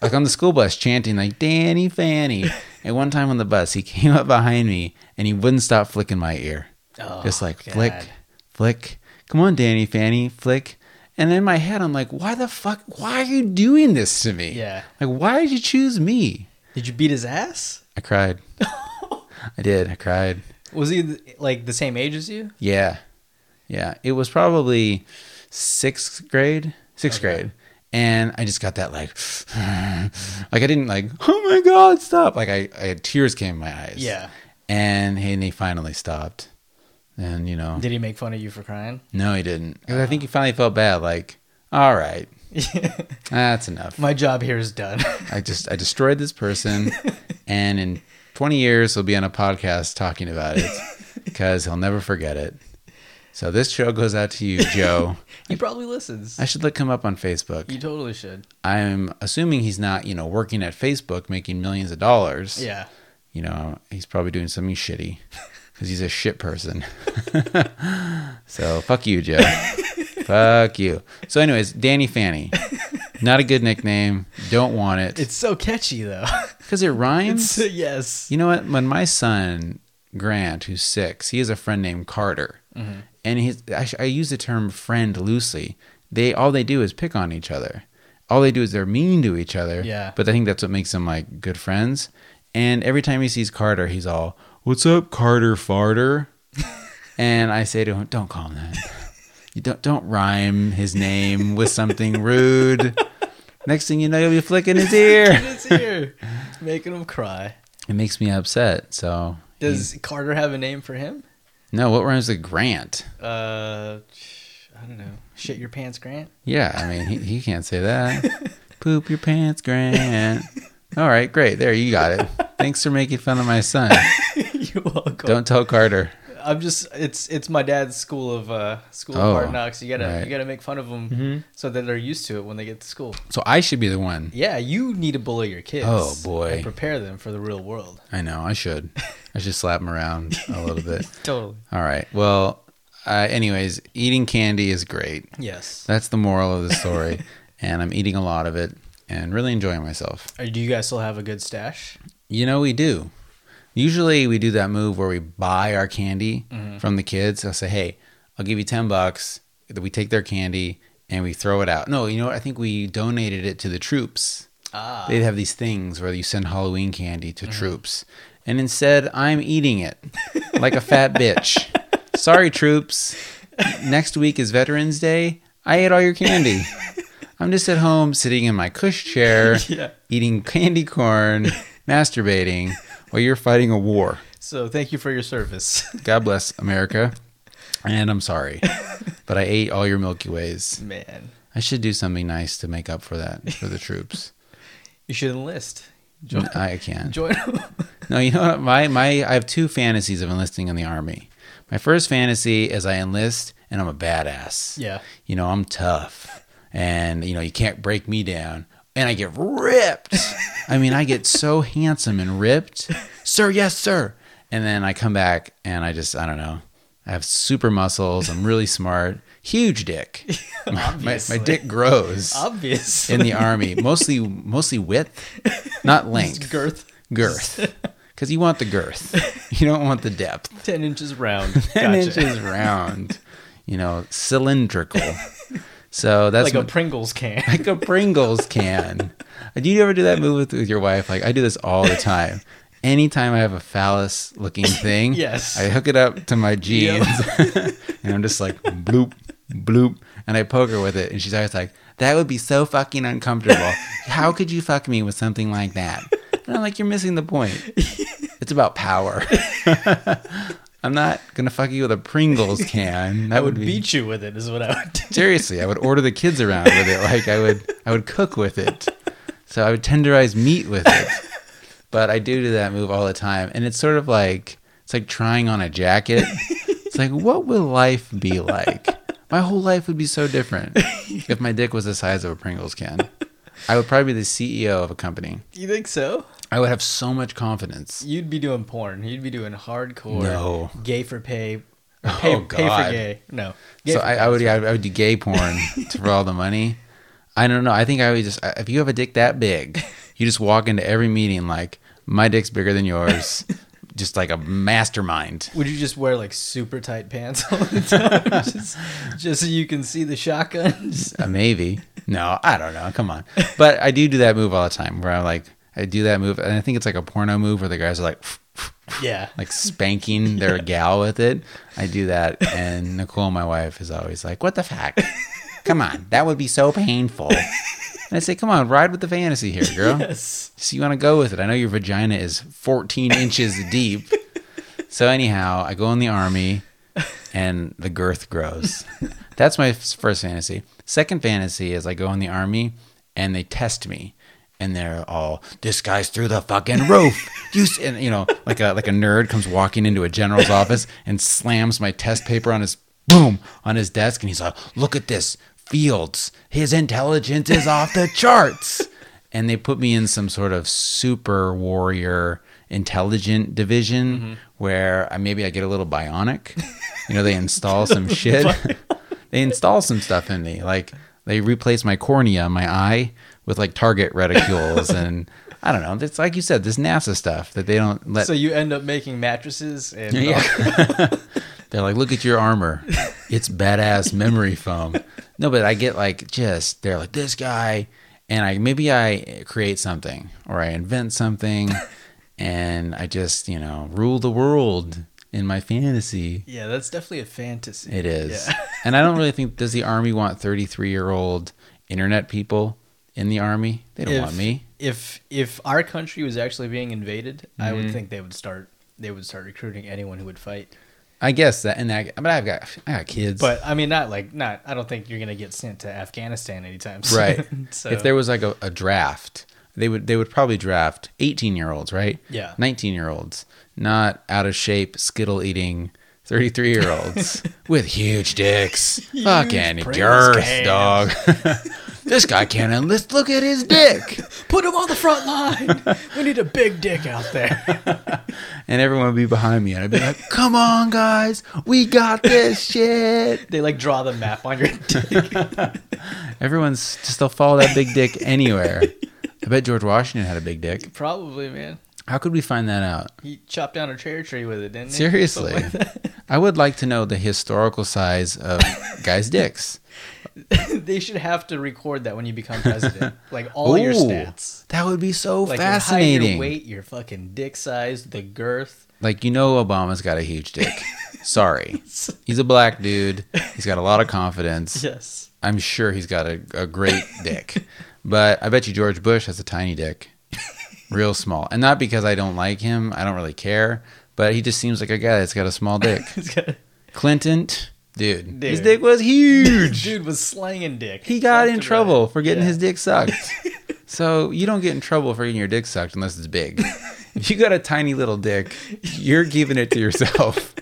Speaker 1: like on the school bus chanting like Danny Fanny. And one time on the bus, he came up behind me and he wouldn't stop flicking my ear.
Speaker 2: Oh,
Speaker 1: Just like
Speaker 2: God.
Speaker 1: flick, flick. Come on, Danny Fanny, flick. And in my head, I'm like, why the fuck? Why are you doing this to me?
Speaker 2: Yeah.
Speaker 1: Like, why did you choose me?
Speaker 2: Did you beat his ass?
Speaker 1: I cried. I did. I cried.
Speaker 2: Was he like the same age as you?
Speaker 1: Yeah. Yeah. It was probably sixth grade, sixth grade. And I just got that like, like I didn't like, oh my God, stop. Like I, I had tears came in my eyes.
Speaker 2: Yeah.
Speaker 1: And, and he finally stopped. And, you know,
Speaker 2: Did Uh. he make fun of you for crying?
Speaker 1: no, he didn't. 'Cause I think he finally felt bad. Like, all right, that's enough.
Speaker 2: My job here is done.
Speaker 1: I just, I destroyed this person. and in 20 years, he'll be on a podcast talking about it because he'll never forget it. So this show goes out to you, Joe.
Speaker 2: He probably listens.
Speaker 1: I should look him up on Facebook.
Speaker 2: You totally should.
Speaker 1: I'm assuming he's not, you know, working at Facebook making millions of dollars.
Speaker 2: Yeah.
Speaker 1: You know, he's probably doing something shitty because he's a shit person. so fuck you, Joe. fuck you. So, anyways, Danny Fanny. Not a good nickname. Don't want it
Speaker 2: It's so catchy though.
Speaker 1: because it rhymes.
Speaker 2: It's- uh, yes.
Speaker 1: You know what? When my son Grant, who's six, he has a friend named Carter,
Speaker 2: Mm-hmm.
Speaker 1: and he's, I, sh- I use the term friend loosely. They all they do is pick on each other. All they do is they're mean to each other.
Speaker 2: Yeah.
Speaker 1: But I think that's what makes them like good friends. And every time he sees Carter, he's all, "What's up, Carter Farter?" and I say to him, "Don't call him that. you don't don't rhyme his name with something rude." Next thing you know, you'll be flicking his ear.
Speaker 2: it's here. Making him cry.
Speaker 1: It makes me upset. So he's-
Speaker 2: Does Carter have a name for him?
Speaker 1: No, what rhymes with Grant?
Speaker 2: Uh, I don't know. Shit your pants, Grant.
Speaker 1: Yeah, I mean, he, he can't say that. Poop your pants, Grant. All right, great. There, you got it. Thanks for making fun of my son.
Speaker 2: you welcome.
Speaker 1: Don't tell Carter.
Speaker 2: I'm just. It's it's my dad's school of uh school
Speaker 1: Oh,
Speaker 2: of hard knocks. You gotta
Speaker 1: right.
Speaker 2: you gotta make fun of them so that they're used to it when they get to school.
Speaker 1: So I should be the one.
Speaker 2: Yeah, you need to bully your kids.
Speaker 1: Oh, boy.
Speaker 2: and prepare them for the real world.
Speaker 1: I know, I should. I should slap him around a little bit.
Speaker 2: Totally.
Speaker 1: All right. Well, uh, anyways, eating candy is great.
Speaker 2: Yes.
Speaker 1: That's the moral of the story. and I'm eating a lot of it and really enjoying myself.
Speaker 2: Uh, Do you guys still have a good stash?
Speaker 1: You know, we do. Usually we do that move where we buy our candy
Speaker 2: Mm-hmm.
Speaker 1: from the kids. I'll say, hey, I'll give you 10 bucks. We take their candy and we throw it out. No, you know what? I think we donated it to the troops.
Speaker 2: Ah. Mm-hmm.
Speaker 1: They have these things where you send Halloween candy to troops. And instead, I'm eating it like a fat bitch. Sorry, troops. Next week is Veterans Day. I ate all your candy. I'm just at home sitting in my cush chair
Speaker 2: Yeah.
Speaker 1: eating candy corn, masturbating while you're fighting a war.
Speaker 2: So thank you for your service.
Speaker 1: God bless America. And I'm sorry, but I ate all your Milky Ways.
Speaker 2: Man,
Speaker 1: I should do something nice to make up for that for the troops.
Speaker 2: you should enlist.
Speaker 1: I can't.
Speaker 2: Join.
Speaker 1: No, you know what? My my I have two fantasies of enlisting in the army. My first fantasy is I enlist and I'm a badass.
Speaker 2: Yeah.
Speaker 1: You know, I'm tough. And you know, you can't break me down. And I get ripped. I mean, I get so handsome and ripped. Sir, yes, sir. And then I come back and I just I don't know. I have super muscles. I'm really smart. Huge dick. My, my, my
Speaker 2: Obviously.
Speaker 1: dick grows
Speaker 2: Obvious.
Speaker 1: in the army. Mostly mostly width, not length
Speaker 2: girth,
Speaker 1: girth because you want the girth you don't want the depth
Speaker 2: ten inches round.
Speaker 1: 10
Speaker 2: Gotcha.
Speaker 1: inches round you know cylindrical so that's
Speaker 2: like a
Speaker 1: what-
Speaker 2: Pringles can.
Speaker 1: like a pringles can do you ever do that move with, with your wife like i do this all the time anytime i have a phallus looking thing
Speaker 2: Yes.
Speaker 1: i hook it up to my jeans and i'm just like bloop bloop and i poke her with it and she's always like that would be so fucking uncomfortable how could you fuck me with something like that and i'm like you're missing the point it's about power i'm not gonna fuck you with a pringles can that
Speaker 2: I would
Speaker 1: be
Speaker 2: beat you with it. Is what I would do.
Speaker 1: Seriously, I would order the kids around with it. Like I would, I would cook with it. So I would tenderize meat with it. But I do do that move all the time, and it's sort of like it's like trying on a jacket. It's like, what will life be like? My whole life would be so different if my dick was the size of a Pringles can. I would probably be the CEO of a company.
Speaker 2: You think so?
Speaker 1: I would have so much confidence.
Speaker 2: You'd be doing porn. You'd be doing hardcore.
Speaker 1: No.
Speaker 2: Gay for pay. or Pay,
Speaker 1: Oh,
Speaker 2: pay for
Speaker 1: God.
Speaker 2: gay. No. Gay
Speaker 1: So
Speaker 2: for
Speaker 1: I, I would, yeah, I would do gay porn to- for all the money. I don't know. I think I would just if you have a dick that big, you just walk into every meeting like my dick's bigger than yours, just like a mastermind.
Speaker 2: Would you just wear like super tight pants all the time, just, just so you can see the shotguns?
Speaker 1: Uh, maybe no, I don't know. Come on, but I do do that move all the time where I'm like I do that move, and I think it's like a porno move where the guys are like
Speaker 2: Yeah,
Speaker 1: like spanking their gal with it. I do that, and Nicole, my wife, is always like, "What the fuck? Come on, that would be so painful." And I say, "Come on, ride with the fantasy here, girl.
Speaker 2: yes.
Speaker 1: So you want to go with it? I know your vagina is 14 inches deep." So anyhow, I go in the army, and the girth grows. That's my f- first fantasy. Second fantasy is I go in the army, and they test me. And they're all, this guy's through the fucking roof. You, s-" and, you know, like a like a nerd comes walking into a general's office and slams my test paper on his boom, on his desk, and he's like, "Look at this, Fields. His intelligence is off the charts." And they put me in some sort of super warrior intelligent division where I, maybe I get a little bionic. You know, they install some shit. they install some stuff in me. Like they replace my cornea, my eye, with like target reticules and. I don't know. It's like you said, this NASA stuff that they don't let.
Speaker 2: So you end up making mattresses and uh,
Speaker 1: They're like, look at your armor. It's badass memory foam. No, but I get like just they're like this guy, and I maybe I create something or I invent something, and I just you know rule the world in my fantasy.
Speaker 2: yeah, that's definitely a fantasy.
Speaker 1: It is,
Speaker 2: Yeah.
Speaker 1: and I don't really think does the army want thirty three year old internet people in the army? They don't
Speaker 2: If-
Speaker 1: want me.
Speaker 2: If if our country was actually being invaded, I would
Speaker 1: Mm-hmm.
Speaker 2: think they would start they would start recruiting anyone who would fight.
Speaker 1: I guess that, and I, but I've got I got kids.
Speaker 2: But I mean, not like not. I don't think you're gonna get sent to Afghanistan anytime soon.
Speaker 1: right
Speaker 2: so
Speaker 1: if there was like a, a draft they would they would probably draft 18 year olds right
Speaker 2: Yeah.
Speaker 1: 19 year olds not out of shape skittle eating 33 year olds with huge dicks fucking
Speaker 2: Pringles
Speaker 1: girth
Speaker 2: cans.
Speaker 1: dog this guy can't enlist look at his dick
Speaker 2: put him on the front line. we need a big dick out there.
Speaker 1: and everyone would be behind me and i'd be like come on guys we got this shit
Speaker 2: they like draw the map on your dick.
Speaker 1: everyone's just they'll follow that big dick anywhere i bet george washington had a big dick
Speaker 2: Probably, man.
Speaker 1: how could we find that out
Speaker 2: He chopped down a cherry tree with it, didn't he?
Speaker 1: Seriously.
Speaker 2: Something like
Speaker 1: I would like to know the historical size of guys' dicks.
Speaker 2: that. they should have to record that when you become president. like all your
Speaker 1: Ooh,
Speaker 2: stats.
Speaker 1: That would be so
Speaker 2: Like Your, height,
Speaker 1: fascinating.
Speaker 2: your weight, your fucking dick size, the girth.
Speaker 1: Like you know Obama's got a huge dick. Sorry. He's a black dude. He's got a lot of confidence.
Speaker 2: Yes.
Speaker 1: I'm sure he's got a, a great dick. But I bet you George Bush has a tiny dick. Real small. And not because I don't like him. I don't really care. But he just seems like a guy that's got a small dick.
Speaker 2: It's got-
Speaker 1: Clinton, dude, his
Speaker 2: Dude.
Speaker 1: dick was huge.
Speaker 2: Dude was slanging dick.
Speaker 1: he got in
Speaker 2: Left and
Speaker 1: trouble
Speaker 2: right.
Speaker 1: for getting
Speaker 2: Yeah.
Speaker 1: his dick sucked. so you don't get in trouble for getting your dick sucked unless it's big. if you got a tiny little dick, you're giving it to yourself.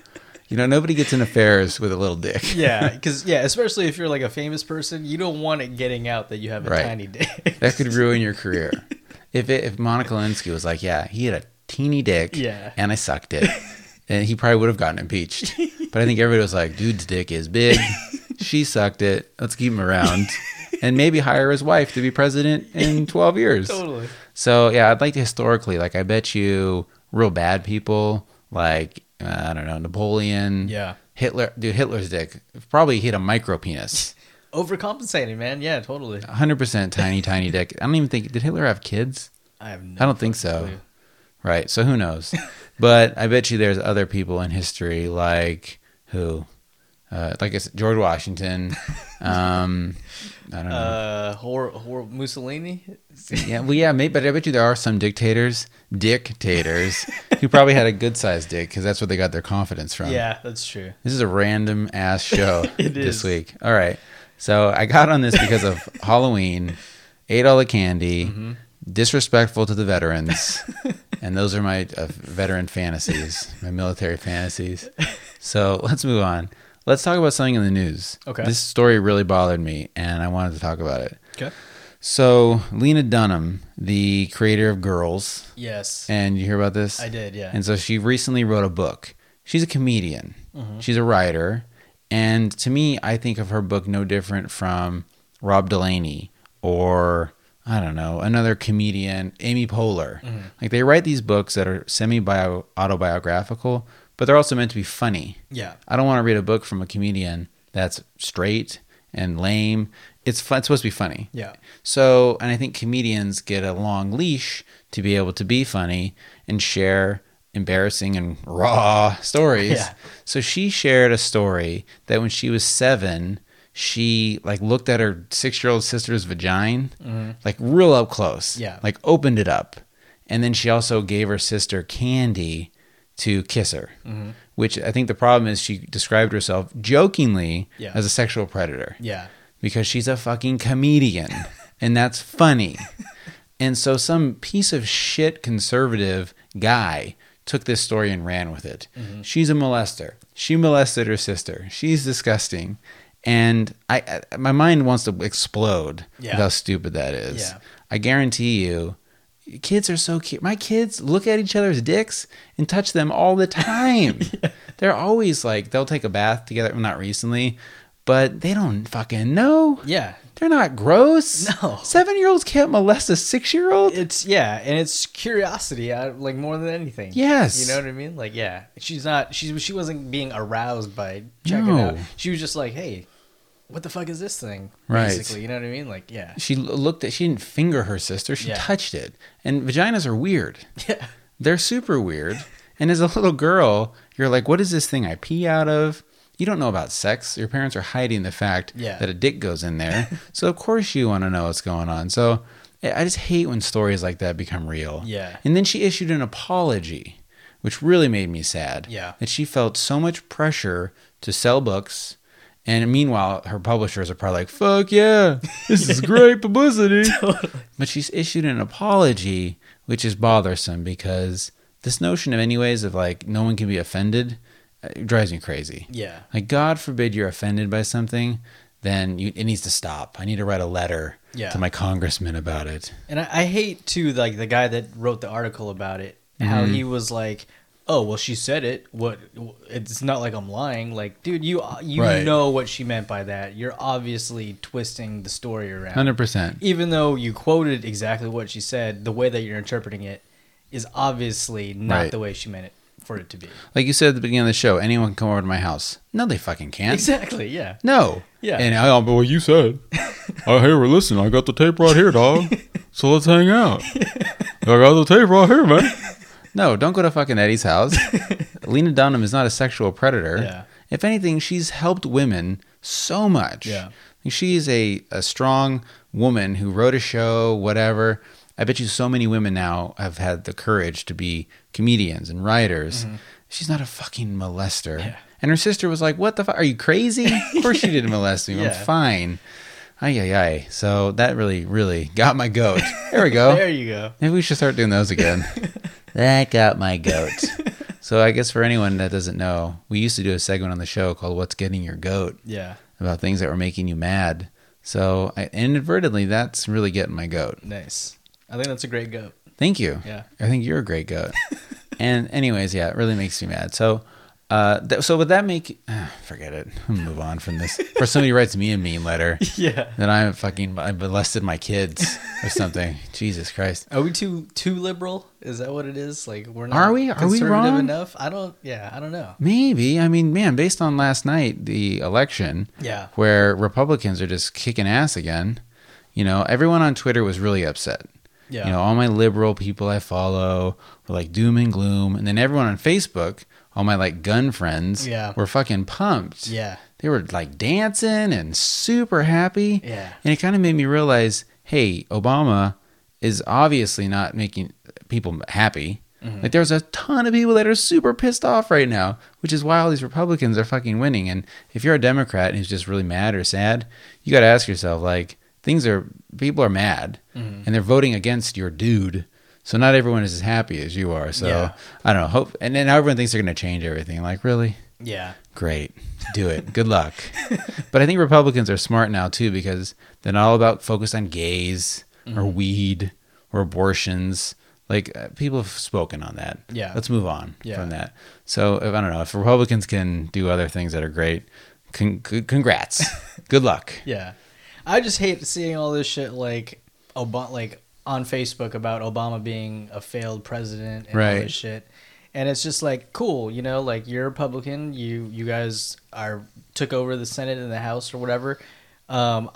Speaker 1: You know, nobody gets in affairs with a little dick.
Speaker 2: yeah, because yeah, especially if you're like a famous person, you don't want it getting out that you have a
Speaker 1: Right.
Speaker 2: tiny dick.
Speaker 1: That could ruin your career. If it, if Monica Lewinsky was like, yeah, he had a teeny dick,
Speaker 2: Yeah.
Speaker 1: and I sucked it, and he probably would have gotten impeached. But I think everybody was like, dude's dick is big. She sucked it. Let's keep him around, and maybe hire his wife to be president in twelve years.
Speaker 2: totally.
Speaker 1: So yeah, I'd like to historically, like I bet you real bad people, like uh, I don't know Napoleon,
Speaker 2: Yeah.
Speaker 1: Hitler, dude, Hitler's dick probably hit a micro penis,
Speaker 2: Overcompensating, man. Yeah, totally.
Speaker 1: hundred percent tiny, tiny dick. I don't even think did Hitler have kids?
Speaker 2: I have no
Speaker 1: I don't think so. Right, so who knows? but I bet you there's other people in history like who, uh, like it's George Washington. Um, I don't know.
Speaker 2: Uh, hor, hor Mussolini.
Speaker 1: Yeah, well, yeah, maybe, but I bet you there are some dictators, dictators, who probably had a good sized dick because that's where they got their confidence from.
Speaker 2: yeah, that's true.
Speaker 1: This is a random ass show
Speaker 2: It
Speaker 1: this
Speaker 2: is.
Speaker 1: week. All right. So I got on this because of Halloween, ate all the candy,
Speaker 2: Mm-hmm.
Speaker 1: disrespectful to the veterans. and those are my uh, veteran fantasies, my military fantasies. So let's move on. Let's talk about something in the news.
Speaker 2: Okay.
Speaker 1: This story really bothered me, and I wanted to talk about it.
Speaker 2: Okay.
Speaker 1: So Lena Dunham, the creator of Girls,
Speaker 2: Yes,
Speaker 1: and you hear about this?
Speaker 2: I did. Yeah.
Speaker 1: And so she recently wrote a book. She's a comedian.
Speaker 2: Mm-hmm.
Speaker 1: She's a writer, and to me, I think of her book no different from Rob Delaney or I don't know another comedian, Amy Poehler.
Speaker 2: Mm-hmm.
Speaker 1: Like they write these books that are semi bio autobiographical, but they're also meant to be funny.
Speaker 2: yeah.
Speaker 1: I don't want to read a book from a comedian that's straight and lame. It's fun. It's supposed to be funny.
Speaker 2: Yeah.
Speaker 1: So, and I think comedians get a long leash to be able to be funny and share embarrassing and raw stories.
Speaker 2: Yeah.
Speaker 1: So she shared a story that when she was seven, she like looked at her six year old sister's vagina, like real up close.
Speaker 2: Mm-hmm. Yeah.
Speaker 1: Like opened it up. And then she also gave her sister candy to kiss her,
Speaker 2: Mm-hmm.
Speaker 1: which I think the problem is she described herself jokingly
Speaker 2: Yeah.
Speaker 1: as a sexual predator
Speaker 2: Yeah.
Speaker 1: because she's a fucking comedian and that's funny. And so some piece of shit conservative guy took this story and ran with it.
Speaker 2: Mm-hmm.
Speaker 1: She's a molester. She molested her sister. She's disgusting. And I, I my mind wants to explode
Speaker 2: Yeah.
Speaker 1: with how stupid that is.
Speaker 2: Yeah.
Speaker 1: I guarantee you, kids are so cute. My kids look at each other's dicks and touch them all the time. They're always like they'll take a bath together. Well, not recently, but they don't fucking know.
Speaker 2: Yeah.
Speaker 1: They're not gross.
Speaker 2: No.
Speaker 1: Seven year olds can't molest a six year old.
Speaker 2: It's yeah, and it's curiosity, uh, like more than anything.
Speaker 1: Yes.
Speaker 2: you know what I mean. Like yeah, she's not. She she wasn't being aroused by checking
Speaker 1: No.
Speaker 2: out. She was just like, hey, what the fuck is this thing?
Speaker 1: Right.
Speaker 2: Basically, you know what I mean. Like yeah,
Speaker 1: She l- looked at, she didn't finger her sister, she
Speaker 2: Yeah.
Speaker 1: touched it. And vaginas are weird.
Speaker 2: yeah,
Speaker 1: They're super weird. and as a little girl, you're like, what is this thing I pee out of? You don't know about sex. Your parents are hiding the fact
Speaker 2: Yeah.
Speaker 1: that a dick goes in there. so, of course, you want to know what's going on. So, eh, I I just hate when stories like that become real.
Speaker 2: Yeah.
Speaker 1: And then she issued an apology, which really made me sad.
Speaker 2: Yeah.
Speaker 1: That she felt so much pressure to sell books. And meanwhile, her publishers are probably like, fuck yeah, this is great publicity. But she's issued an apology, which is bothersome because this notion of, anyways, of like no one can be offended uh, it drives me crazy.
Speaker 2: yeah,
Speaker 1: Like, God forbid you're offended by something, then you, it needs to stop. I need to write a letter
Speaker 2: Yeah.
Speaker 1: to my congressman about it.
Speaker 2: and I, I hate too like the guy that wrote the article about it, how
Speaker 1: Mm-hmm.
Speaker 2: he was like. Oh well, she said it. What? It's not like I'm lying. Like, dude, you you
Speaker 1: Right.
Speaker 2: know what she meant by that. You're obviously twisting the story around.
Speaker 1: 100%.
Speaker 2: even though you quoted exactly what she said, the way that you're interpreting it is obviously not
Speaker 1: Right.
Speaker 2: the way she meant it for it to be.
Speaker 1: Like you said at the beginning of the show, anyone can come over to my house. No, they fucking can't.
Speaker 2: Exactly. Yeah.
Speaker 1: No.
Speaker 2: Yeah.
Speaker 1: And I, but what you said. I hey, well, listen, I got the tape right here, dog. So let's hang out. I got the tape right here, man. No, don't go to fucking Eddie's house. Lena Dunham is not a sexual predator.
Speaker 2: Yeah.
Speaker 1: If anything, she's helped women so much.
Speaker 2: Yeah.
Speaker 1: She is a, a strong woman who wrote a show, whatever. I bet you so many women now have had the courage to be comedians and writers.
Speaker 2: Mm-hmm.
Speaker 1: She's not a fucking molester. And her sister was like, What the fuck? Are you crazy? Of course she didn't molest me.
Speaker 2: Yeah.
Speaker 1: I'm fine. Ay, ay, ay. So that really, really got my goat. There we go.
Speaker 2: There you go.
Speaker 1: Maybe we should start doing those again. that got my goat. so I guess for anyone that doesn't know, we used to do a segment on the show called "What's Getting Your Goat"
Speaker 2: Yeah.
Speaker 1: about things that were making you mad. So I, inadvertently, that's really getting my goat.
Speaker 2: Nice. I think that's a great go.
Speaker 1: Thank you.
Speaker 2: Yeah.
Speaker 1: I think you're a great goat. and anyways, yeah, it really makes me mad. So, uh, th- so would that make? ah, forget it. I'll move on from this. Or somebody writes me a mean letter.
Speaker 2: Yeah.
Speaker 1: Then I fucking I molested my kids or something. Jesus Christ.
Speaker 2: Are we too too liberal? Is that what it is? Like we're not
Speaker 1: Are we? Are we
Speaker 2: conservative
Speaker 1: wrong?
Speaker 2: enough? I don't. Yeah. I don't know.
Speaker 1: Maybe. I mean, man, based on last night, the election,
Speaker 2: Yeah.
Speaker 1: where Republicans are just kicking ass again, you know, everyone on Twitter was really upset.
Speaker 2: Yeah.
Speaker 1: You know, all my liberal people I follow were like doom and gloom. And then everyone on Facebook, all my like gun friends,
Speaker 2: Yeah.
Speaker 1: were fucking pumped.
Speaker 2: Yeah.
Speaker 1: They were like dancing and super happy.
Speaker 2: Yeah.
Speaker 1: And it kind of made me realize hey, Obama is obviously not making people happy.
Speaker 2: Mm-hmm.
Speaker 1: Like there's a ton of people that are super pissed off right now, which is why all these Republicans are fucking winning. And if you're a Democrat who's just really mad or sad, you got to ask yourself like things are people are mad
Speaker 2: Mm-hmm.
Speaker 1: and they're voting against your dude. So not everyone is as happy as you are. So
Speaker 2: Yeah.
Speaker 1: I don't know. Hope and then everyone thinks they're going to change everything. Like really?
Speaker 2: Yeah.
Speaker 1: Great. Do it. Good luck. but I think Republicans are smart now too because they're not all about focused on gays or
Speaker 2: Mm-hmm.
Speaker 1: weed or abortions. Like uh, people have spoken on that.
Speaker 2: Yeah.
Speaker 1: Let's move on
Speaker 2: Yeah.
Speaker 1: from that. So if, I don't know if Republicans can do other things that are great. Con- c- congrats. Good luck.
Speaker 2: Yeah. I just hate seeing all this shit like Obama like on Facebook about Obama being a failed president and all
Speaker 1: Right.
Speaker 2: this shit. And it's just like cool, you know, like you're a Republican, you you guys are took over the Senate and the House or whatever. Um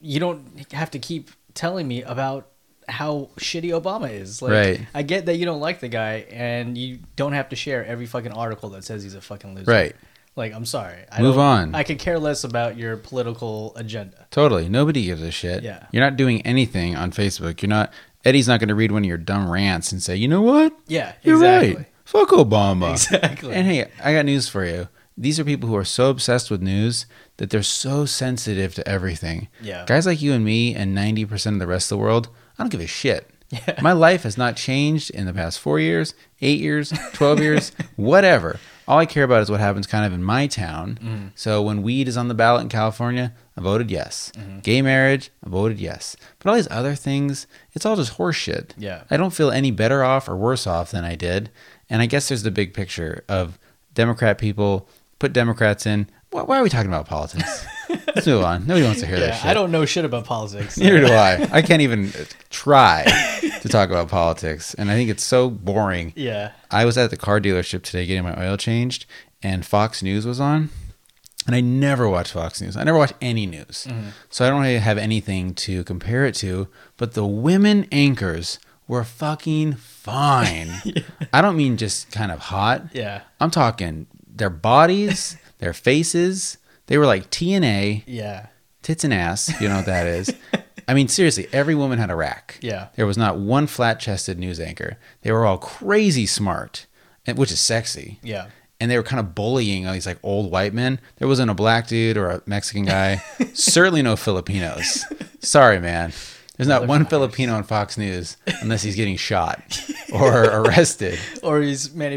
Speaker 2: you don't have to keep telling me about how shitty Obama is. Like
Speaker 1: Right.
Speaker 2: I get that you don't like the guy and you don't have to share every fucking article that says he's a fucking loser.
Speaker 1: Right.
Speaker 2: Like I'm sorry. I
Speaker 1: Move
Speaker 2: don't-
Speaker 1: on.
Speaker 2: I could care less about your political agenda.
Speaker 1: Totally. Nobody gives a shit.
Speaker 2: Yeah.
Speaker 1: You're not doing anything on Facebook. You're not. Eddie's not going to read one of your dumb rants and say, you know what?
Speaker 2: Yeah,
Speaker 1: You're
Speaker 2: exactly.
Speaker 1: right. Fuck Obama.
Speaker 2: Exactly.
Speaker 1: And hey, I got news for you. These are people who are so obsessed with news that they're so sensitive to everything.
Speaker 2: Yeah.
Speaker 1: Guys like you and me and 90% of the rest of the world, I don't give a shit.
Speaker 2: Yeah.
Speaker 1: My life has not changed in the past four years, eight years, 12 years, whatever. All I care about is what happens kind of in my town.
Speaker 2: Mm-hmm.
Speaker 1: So when weed is on the ballot in California, I voted yes.
Speaker 2: Mm-hmm.
Speaker 1: Gay marriage, I voted yes. But all these other things, it's all just horseshit.
Speaker 2: Yeah.
Speaker 1: I don't feel any better off or worse off than I did. And I guess there's the big picture of Democrat people put Democrats in. Why, why are we talking about politics? Let's move on. Nobody wants to hear that
Speaker 2: Yeah,
Speaker 1: shit.
Speaker 2: I don't know shit about politics.
Speaker 1: Neither do I. I can't even uh, try to talk about politics. And I think it's so boring.
Speaker 2: yeah.
Speaker 1: I was at the car dealership today getting my oil changed, and Fox News was on. And I never watch Fox News. I never watch any news. So I don't really have anything to compare it to. But the women anchors were fucking fine. I don't mean just kind of hot.
Speaker 2: Yeah.
Speaker 1: I'm talking their bodies, their faces. They were like TNA
Speaker 2: Yeah.
Speaker 1: tits and ass. You know what that is. I mean, seriously, every woman had a rack.
Speaker 2: Yeah.
Speaker 1: There was not one flat chested news anchor. They were all crazy smart, and- which is sexy.
Speaker 2: Yeah.
Speaker 1: And they were kind of bullying all these like old white men. There wasn't a black dude or a Mexican guy. Certainly no Filipinos. Sorry, man. There's not one Filipino on Fox News unless he's getting shot or arrested
Speaker 2: Or he's Manny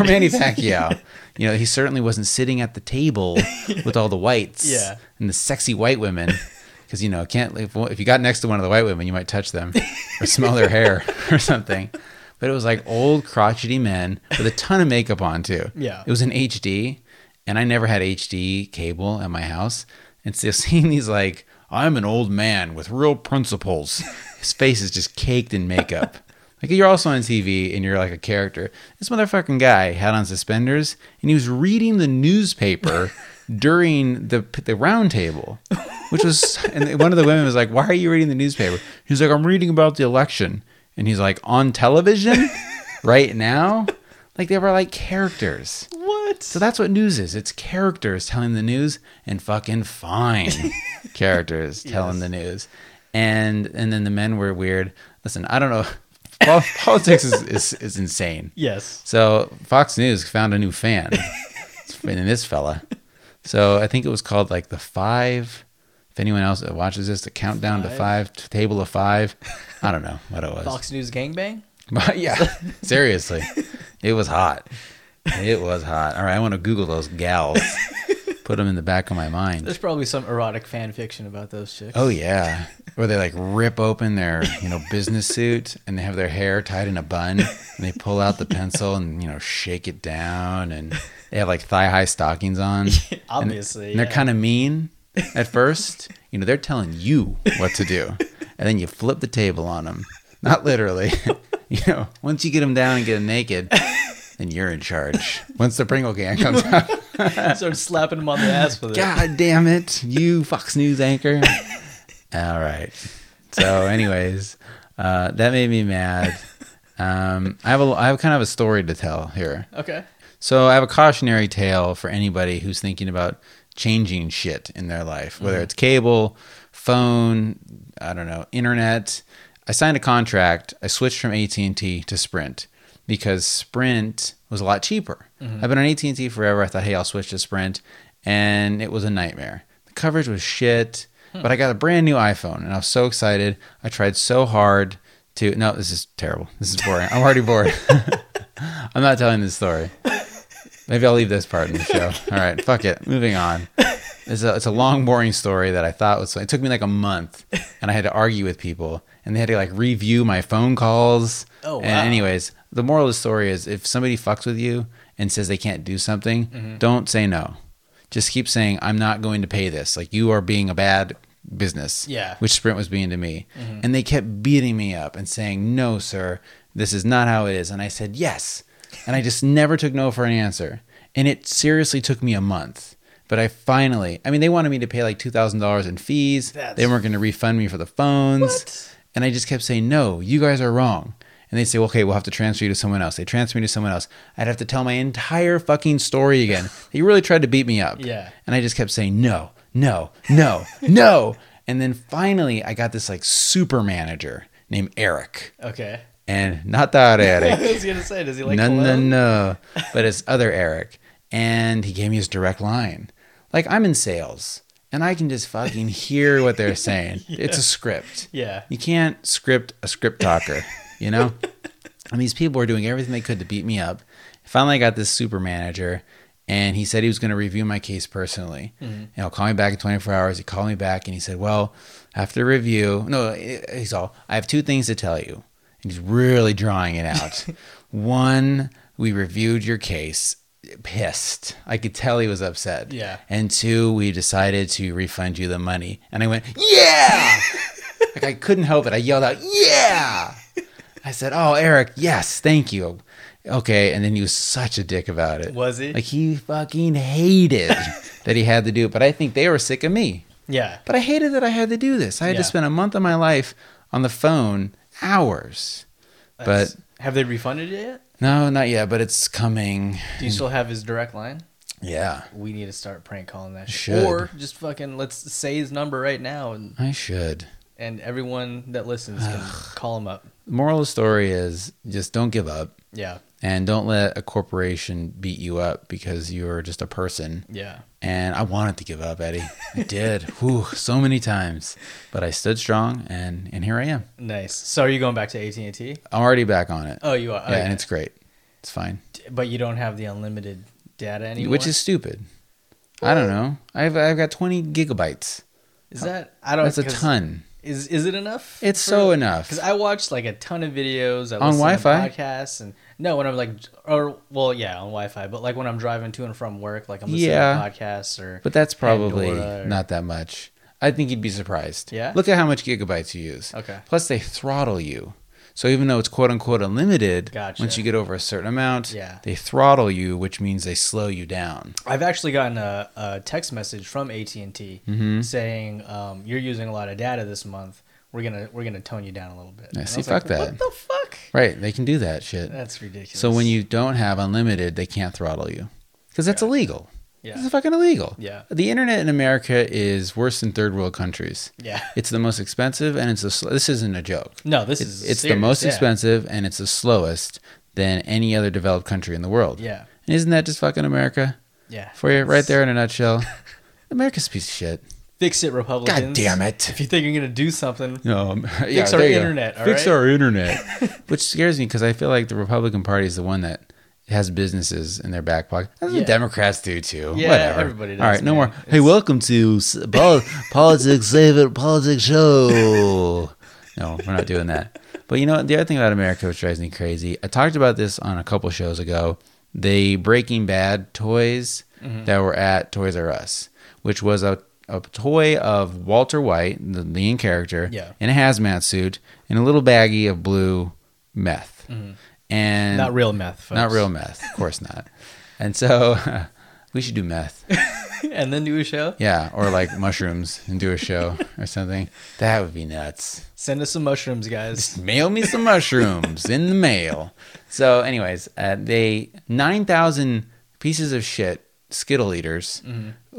Speaker 1: or Manny Pacquiao. You know, he certainly wasn't sitting at the table with all the whites
Speaker 2: Yeah.
Speaker 1: and the sexy white women. Because you know, can't if, if you got next to one of the white women, you might touch them or smell their hair or something. But it was like old crotchety men with a ton of makeup on too.
Speaker 2: Yeah.
Speaker 1: it was in HD, and I never had HD cable at my house, and so seeing these like I'm an old man with real principles. His face is just caked in makeup. Like you're also on TV and you're like a character. This motherfucking guy had on suspenders and he was reading the newspaper during the the round table, which was and one of the women was like, "Why are you reading the newspaper?" He's like, "I'm reading about the election," and he's like, "On television, right now." Like they were like characters.
Speaker 2: What?
Speaker 1: So that's what news is. It's characters telling the news and fucking fine characters telling the news. And and then the men were weird. Listen, I don't know. Pol- Politics is, is, is insane.
Speaker 2: Yes.
Speaker 1: So Fox News found a new fan in this fella. So I think it was called like the five. If anyone else that watches this, the countdown to five, t- table of five. I don't know what it was.
Speaker 2: Fox News gangbang?
Speaker 1: But yeah, seriously, it was hot. It was hot. All right, I want to Google those gals. Put them in the back of my mind.
Speaker 2: There's probably some erotic fan fiction about those chicks.
Speaker 1: Oh yeah, where they like rip open their you know business suit and they have their hair tied in a bun and they pull out the pencil and you know shake it down and they have like thigh high stockings on. And-
Speaker 2: Obviously.
Speaker 1: and they're kind of mean at first. you know, they're telling you what to do, and then you flip the table on them. Not literally. you know, once you get them down and get them naked, then you're in charge. Once the Pringle can comes out,
Speaker 2: of started slapping him on the ass with it.
Speaker 1: God damn it, you Fox News anchor. All right. So, anyways, uh, that made me mad. Um, I have a, I have kind of a story to tell here.
Speaker 2: Okay.
Speaker 1: So I have a cautionary tale for anybody who's thinking about changing shit in their life, whether it's cable, phone, I don't know, internet. I signed a contract. I switched from AT&T to Sprint because Sprint was a lot cheaper. I've been on AT&T forever. I thought, "Hey, I'll switch to Sprint." And it was a nightmare. The coverage was shit, but I got a brand new iPhone and I was so excited. I tried so hard to No, this is terrible. This is boring. I'm already bored. I'm not telling this story. Maybe I'll leave this part in the show. All right, fuck it. Moving on. It's a, it's a long, boring story that I thought was. It took me like a month, and I had to argue with people, and they had to like review my phone calls.
Speaker 2: Oh,
Speaker 1: And
Speaker 2: wow.
Speaker 1: anyways, the moral of the story is, if somebody fucks with you and says they can't do something,
Speaker 2: Mm-hmm.
Speaker 1: don't say no. Just keep saying, "I'm not going to pay this." Like you are being a bad business
Speaker 2: Yeah. Mm-hmm.
Speaker 1: which Sprint was being to me. And they kept beating me up and saying, No, sir, this is not how it is. And I said, Yes. And I just never took no for an answer. And it seriously took me a month. But I finally, I mean, they wanted me to pay like $2,000 in fees.
Speaker 2: That's-
Speaker 1: They weren't going to refund me for the phones.
Speaker 2: What?
Speaker 1: And I just kept saying, No, you guys are wrong. And they'd say, Okay, we'll have to transfer you to someone else. They transfer me to someone else. I'd have to tell my entire fucking story again. They really tried to beat me up.
Speaker 2: Yeah.
Speaker 1: And I just kept saying, no, no, no, no. And then finally, I got this like super manager named Eric.
Speaker 2: Okay.
Speaker 1: And not that Eric.
Speaker 2: I was gonna say, does he like
Speaker 1: no, no,
Speaker 2: cologne?
Speaker 1: no. But it's other Eric. And he gave me his direct line. Like, I'm in sales. and I can just fucking hear what they're saying. It's a script.
Speaker 2: Yeah.
Speaker 1: You can't script a script talker, you know? and these people were doing everything they could to beat me up. Finally, I got this super manager, and he said he was going to review my case personally.
Speaker 2: Mm-hmm.
Speaker 1: And he'll call me back in 24 hours. He called me back, and he said, Well, after review, no, he's all, I have two things to tell you. And he's really drawing it out. One, we reviewed your case. Pissed. I could tell he was upset.
Speaker 2: Yeah.
Speaker 1: And two, we decided to refund you the money. And I went, Yeah. like I couldn't help it. I yelled out, Yeah. I said, Oh, Eric, yes, thank you. Okay. And then he was such a dick about it.
Speaker 2: Was he?
Speaker 1: Like he fucking hated that he had to do it. But I think they were sick of me.
Speaker 2: Yeah.
Speaker 1: But I hated that I had to do this. I had
Speaker 2: Yeah.
Speaker 1: to spend a month of my life on the phone, hours.
Speaker 2: That's- have they refunded it yet?
Speaker 1: No, not yet, but it's coming.
Speaker 2: Do you still have his direct line?
Speaker 1: Yeah.
Speaker 2: We need to start prank calling that.
Speaker 1: Should.
Speaker 2: shit. Or just fucking let's say his number right now, and
Speaker 1: I should.
Speaker 2: and everyone that listens can call him up.
Speaker 1: The moral of the story is just don't give up
Speaker 2: Yeah.
Speaker 1: and don't let a corporation beat you up because you're just a person.
Speaker 2: Yeah.
Speaker 1: And I wanted to give up, Eddie. I did. Whew, so many times. But I stood strong and, and here I am.
Speaker 2: Nice. So are you going back to AT and T?
Speaker 1: I'm already back on it.
Speaker 2: Oh, you are.
Speaker 1: yeah,
Speaker 2: Okay.
Speaker 1: and it's great. It's fine.
Speaker 2: but you don't have the unlimited data anymore.
Speaker 1: Which is stupid. I don't know. I've I've got 20 gigabytes.
Speaker 2: is that I don't.
Speaker 1: That's a
Speaker 2: 'cause
Speaker 1: ton.
Speaker 2: Is is it enough?
Speaker 1: It's so enough.
Speaker 2: Because I watched like a ton of videos I
Speaker 1: On
Speaker 2: listen
Speaker 1: Wi-Fi?
Speaker 2: to podcasts, and no, when I'm like, or well, yeah, on Wi-Fi, but like when I'm driving to and from work, like I'm listening
Speaker 1: Yeah.
Speaker 2: to podcasts or.
Speaker 1: But that's probably
Speaker 2: Pandora or-
Speaker 1: not that much. I think you'd be surprised.
Speaker 2: Yeah?
Speaker 1: Look at how much gigabytes you use.
Speaker 2: Okay.
Speaker 1: Plus they throttle you. So even though it's quote unquote unlimited,
Speaker 2: Gotcha.
Speaker 1: once you get over a certain amount,
Speaker 2: Yeah.
Speaker 1: they throttle you, which means they slow you down.
Speaker 2: I've actually gotten a, a text message from AT and T
Speaker 1: Mm-hmm.
Speaker 2: saying um, you're using a lot of data this month. We're gonna we're gonna tone you down a little bit. And I
Speaker 1: see,
Speaker 2: was
Speaker 1: fuck
Speaker 2: like,
Speaker 1: that.
Speaker 2: What the fuck?
Speaker 1: Right, they can do that shit.
Speaker 2: That's ridiculous.
Speaker 1: so when you don't have unlimited, they can't throttle you. Cuz that's illegal. This
Speaker 2: yeah
Speaker 1: is fucking illegal.
Speaker 2: Yeah.
Speaker 1: The internet in America is worse than third world countries.
Speaker 2: yeah
Speaker 1: It's the most expensive and it's the sl- this isn't a joke.
Speaker 2: no this
Speaker 1: It's,
Speaker 2: is
Speaker 1: it's the
Speaker 2: serious,
Speaker 1: most
Speaker 2: yeah.
Speaker 1: expensive and it's the slowest than any other developed country in the world.
Speaker 2: Yeah
Speaker 1: And isn't that just fucking America?
Speaker 2: yeah
Speaker 1: For you, right there in a nutshell. America's a piece of shit.
Speaker 2: Fix it, Republicans.
Speaker 1: God damn it.
Speaker 2: If you think you're gonna do something,
Speaker 1: No, um, yeah,
Speaker 2: Fix our
Speaker 1: there you go.
Speaker 2: internet, all
Speaker 1: Fix
Speaker 2: right?
Speaker 1: our internet. Which scares me because I feel like the Republican Party is the one that has businesses in their back pocket. That's
Speaker 2: Yeah.
Speaker 1: what Democrats do too.
Speaker 2: Yeah,
Speaker 1: Whatever.
Speaker 2: everybody does,
Speaker 1: All right, no more.
Speaker 2: man.
Speaker 1: Hey, welcome to S- Pol- Politics Favorite Politics Show. No, we're not doing that. But you know what? The other thing about America which drives me crazy, I talked about this on a couple shows ago. The Breaking Bad toys
Speaker 2: Mm-hmm.
Speaker 1: that were at Toys R Us, which was a, a toy of Walter White, the main character,
Speaker 2: Yeah.
Speaker 1: in a hazmat suit, and a little baggie of blue meth. And
Speaker 2: Mm-hmm. not real meth. Folks.
Speaker 1: not real meth, of course not. And so we should do meth,
Speaker 2: and then do a show.
Speaker 1: yeah, or like mushrooms and do a show or something. That would be nuts.
Speaker 2: Send us some mushrooms, guys.
Speaker 1: Mail me some mushrooms in the mail. So, anyways, uh, they nine thousand pieces of shit Skittle eaters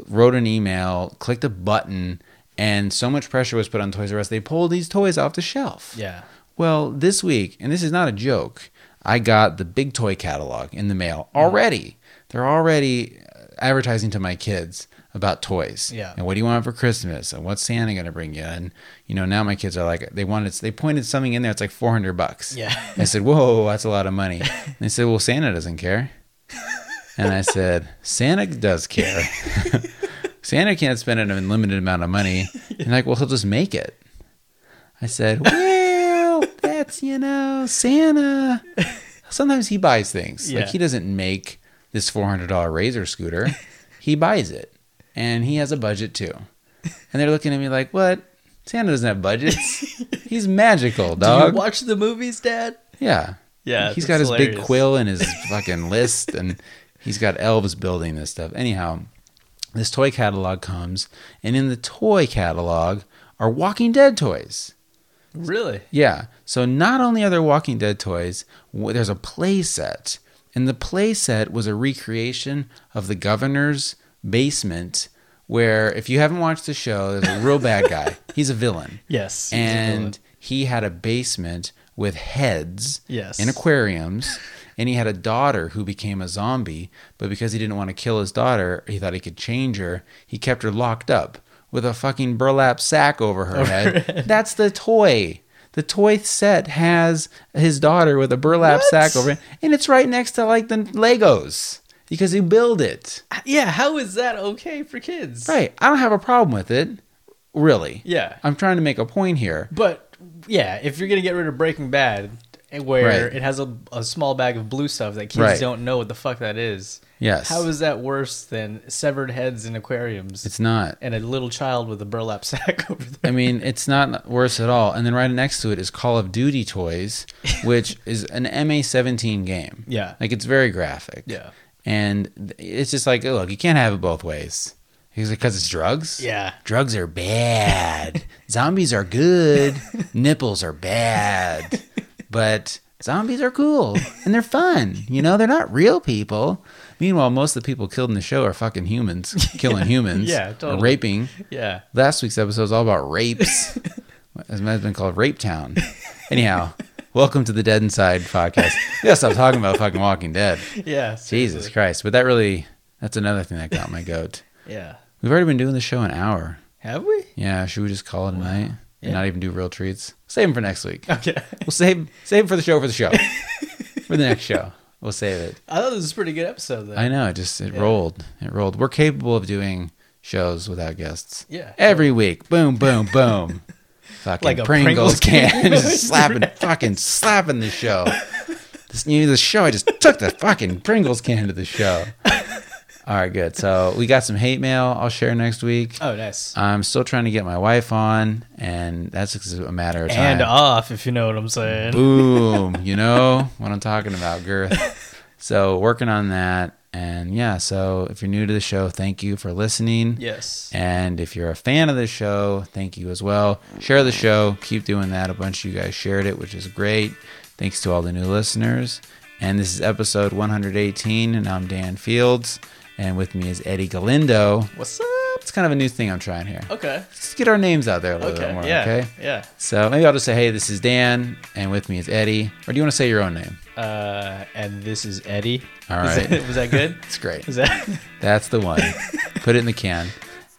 Speaker 1: wrote an email, clicked a button, and so much pressure was put on Toys R Us. They pulled these toys off the shelf.
Speaker 2: yeah.
Speaker 1: Well, this week, and this is not a joke, I got the big toy catalog in the mail already. They're already uh, advertising to my kids about toys.
Speaker 2: Yeah.
Speaker 1: And what do you want for Christmas? And what's Santa going to bring you? And you know, now my kids are like, they wanted, they pointed something in there. It's like four hundred bucks.
Speaker 2: Yeah.
Speaker 1: I said, whoa, that's a lot of money. And they said, well, Santa doesn't care. And I said, Santa does care. Santa can't spend an unlimited amount of money. And like, well, he'll just make it. I said, Well, that's, you know, Santa. Sometimes he buys things.
Speaker 2: Yeah.
Speaker 1: Like, he doesn't make this $400 Razor scooter, he buys it. And he has a budget too. And they're looking at me like, What? Santa doesn't have budgets. He's magical,
Speaker 2: Do you
Speaker 1: dog.
Speaker 2: watch the movies, Dad?
Speaker 1: yeah.
Speaker 2: Yeah,
Speaker 1: He's
Speaker 2: that's
Speaker 1: got his big
Speaker 2: hilarious.
Speaker 1: quill and his fucking list, and he's got elves building this stuff. Anyhow, this toy catalog comes, and in the toy catalog are Walking Dead toys.
Speaker 2: Really?
Speaker 1: Yeah. So not only are there Walking Dead toys, w- there's a play set. And the play set was a recreation of the governor's basement where if you haven't watched the show, there's a real bad guy. He's a villain.
Speaker 2: Yes.
Speaker 1: And he had a basement with heads
Speaker 2: Yes.
Speaker 1: in aquariums. And he had a daughter who became a zombie, but because he didn't want to kill his daughter, he thought he could change her. He kept her locked up with a fucking burlap sack over her head. That's the toy. The toy set has his daughter with a burlap
Speaker 2: What?
Speaker 1: sack over it, and it's right next to like the Legos because he built it.
Speaker 2: Yeah, how is that okay for kids?
Speaker 1: Right. I don't have a problem with it, really.
Speaker 2: Yeah.
Speaker 1: I'm trying to make a point here.
Speaker 2: But yeah, if you're gonna get rid of Breaking Bad, eh, where
Speaker 1: Right.
Speaker 2: it has a, a small bag of blue stuff that kids
Speaker 1: Right.
Speaker 2: don't know what the fuck that is,
Speaker 1: Yes.
Speaker 2: how is that worse than severed heads in aquariums
Speaker 1: it's not.
Speaker 2: and a little child with a burlap sack over there?
Speaker 1: I mean, it's not worse at all. And then right next to it is Call of Duty toys, which is an MA17 game.
Speaker 2: Yeah.
Speaker 1: like it's very graphic.
Speaker 2: Yeah.
Speaker 1: and th- it's just like, oh, look, you can't have it both ways. Because it's drugs.
Speaker 2: Yeah.
Speaker 1: drugs are bad. zombies are good. Nipples are bad. But zombies are cool and they're fun. You know, they're not real people. Meanwhile, most of the people killed in the show are fucking humans, killing humans,
Speaker 2: Yeah,
Speaker 1: or
Speaker 2: totally.
Speaker 1: raping.
Speaker 2: Yeah.
Speaker 1: Last week's episode is all about rapes. As might have been called Rape Town. Anyhow, welcome to the Dead Inside podcast. We gotta stop talking about fucking Walking Dead.
Speaker 2: Yeah.
Speaker 1: Jesus
Speaker 2: seriously.
Speaker 1: Christ. But that really, that's another thing that got my goat.
Speaker 2: Yeah.
Speaker 1: We've already been doing the show an hour.
Speaker 2: Have we?
Speaker 1: Yeah, should we just call it a night? and
Speaker 2: Yeah.
Speaker 1: Not even do real treats? Save them for next week.
Speaker 2: Okay.
Speaker 1: We'll save, save 'em for the show for the show. for the next show. We'll save it.
Speaker 2: I thought this was a pretty good episode though.
Speaker 1: I know. It just it
Speaker 2: Yeah.
Speaker 1: rolled. It rolled. We're capable of doing shows without guests.
Speaker 2: Yeah.
Speaker 1: Every week. Boom, boom, boom. fucking
Speaker 2: Like a
Speaker 1: Pringles,
Speaker 2: Pringles
Speaker 1: can. just slapping, fucking slapping the show. This new the show. I just took the fucking Pringles can to the show. All right, good. So we got some hate mail. I'll share next week.
Speaker 2: Oh, nice.
Speaker 1: I'm still trying to get my wife on, and that's just a matter of time.
Speaker 2: and off, if you know what I'm saying.
Speaker 1: Boom. You know what I'm talking about, girth. So working on that. And yeah, so if you're new to the show, thank you for listening.
Speaker 2: Yes.
Speaker 1: And if you're a fan of the show, thank you as well. Share the show. Keep doing that. A bunch of you guys shared it, which is great. Thanks to all the new listeners. And this is episode 118, and I'm Dan Fields. And with me is Eddie Galindo.
Speaker 2: What's up?
Speaker 1: It's kind of a new thing I'm trying here.
Speaker 2: Okay.
Speaker 1: Let's get our names out there a little bit
Speaker 2: Okay.
Speaker 1: more,
Speaker 2: Yeah.
Speaker 1: okay?
Speaker 2: Yeah.
Speaker 1: So maybe I'll just say, hey, this is Dan, and with me is Eddie. Or do you want to say your own name?
Speaker 2: Uh, and this is Eddie.
Speaker 1: All
Speaker 2: Is
Speaker 1: right.
Speaker 2: that- was that good?
Speaker 1: It's great.
Speaker 2: Is that?
Speaker 1: That's the one. Put it in the can.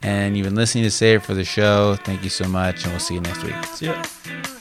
Speaker 1: And you've been listening to Save for the Show. Thank you so much, and we'll see you next week.
Speaker 2: See ya.
Speaker 3: Thank you.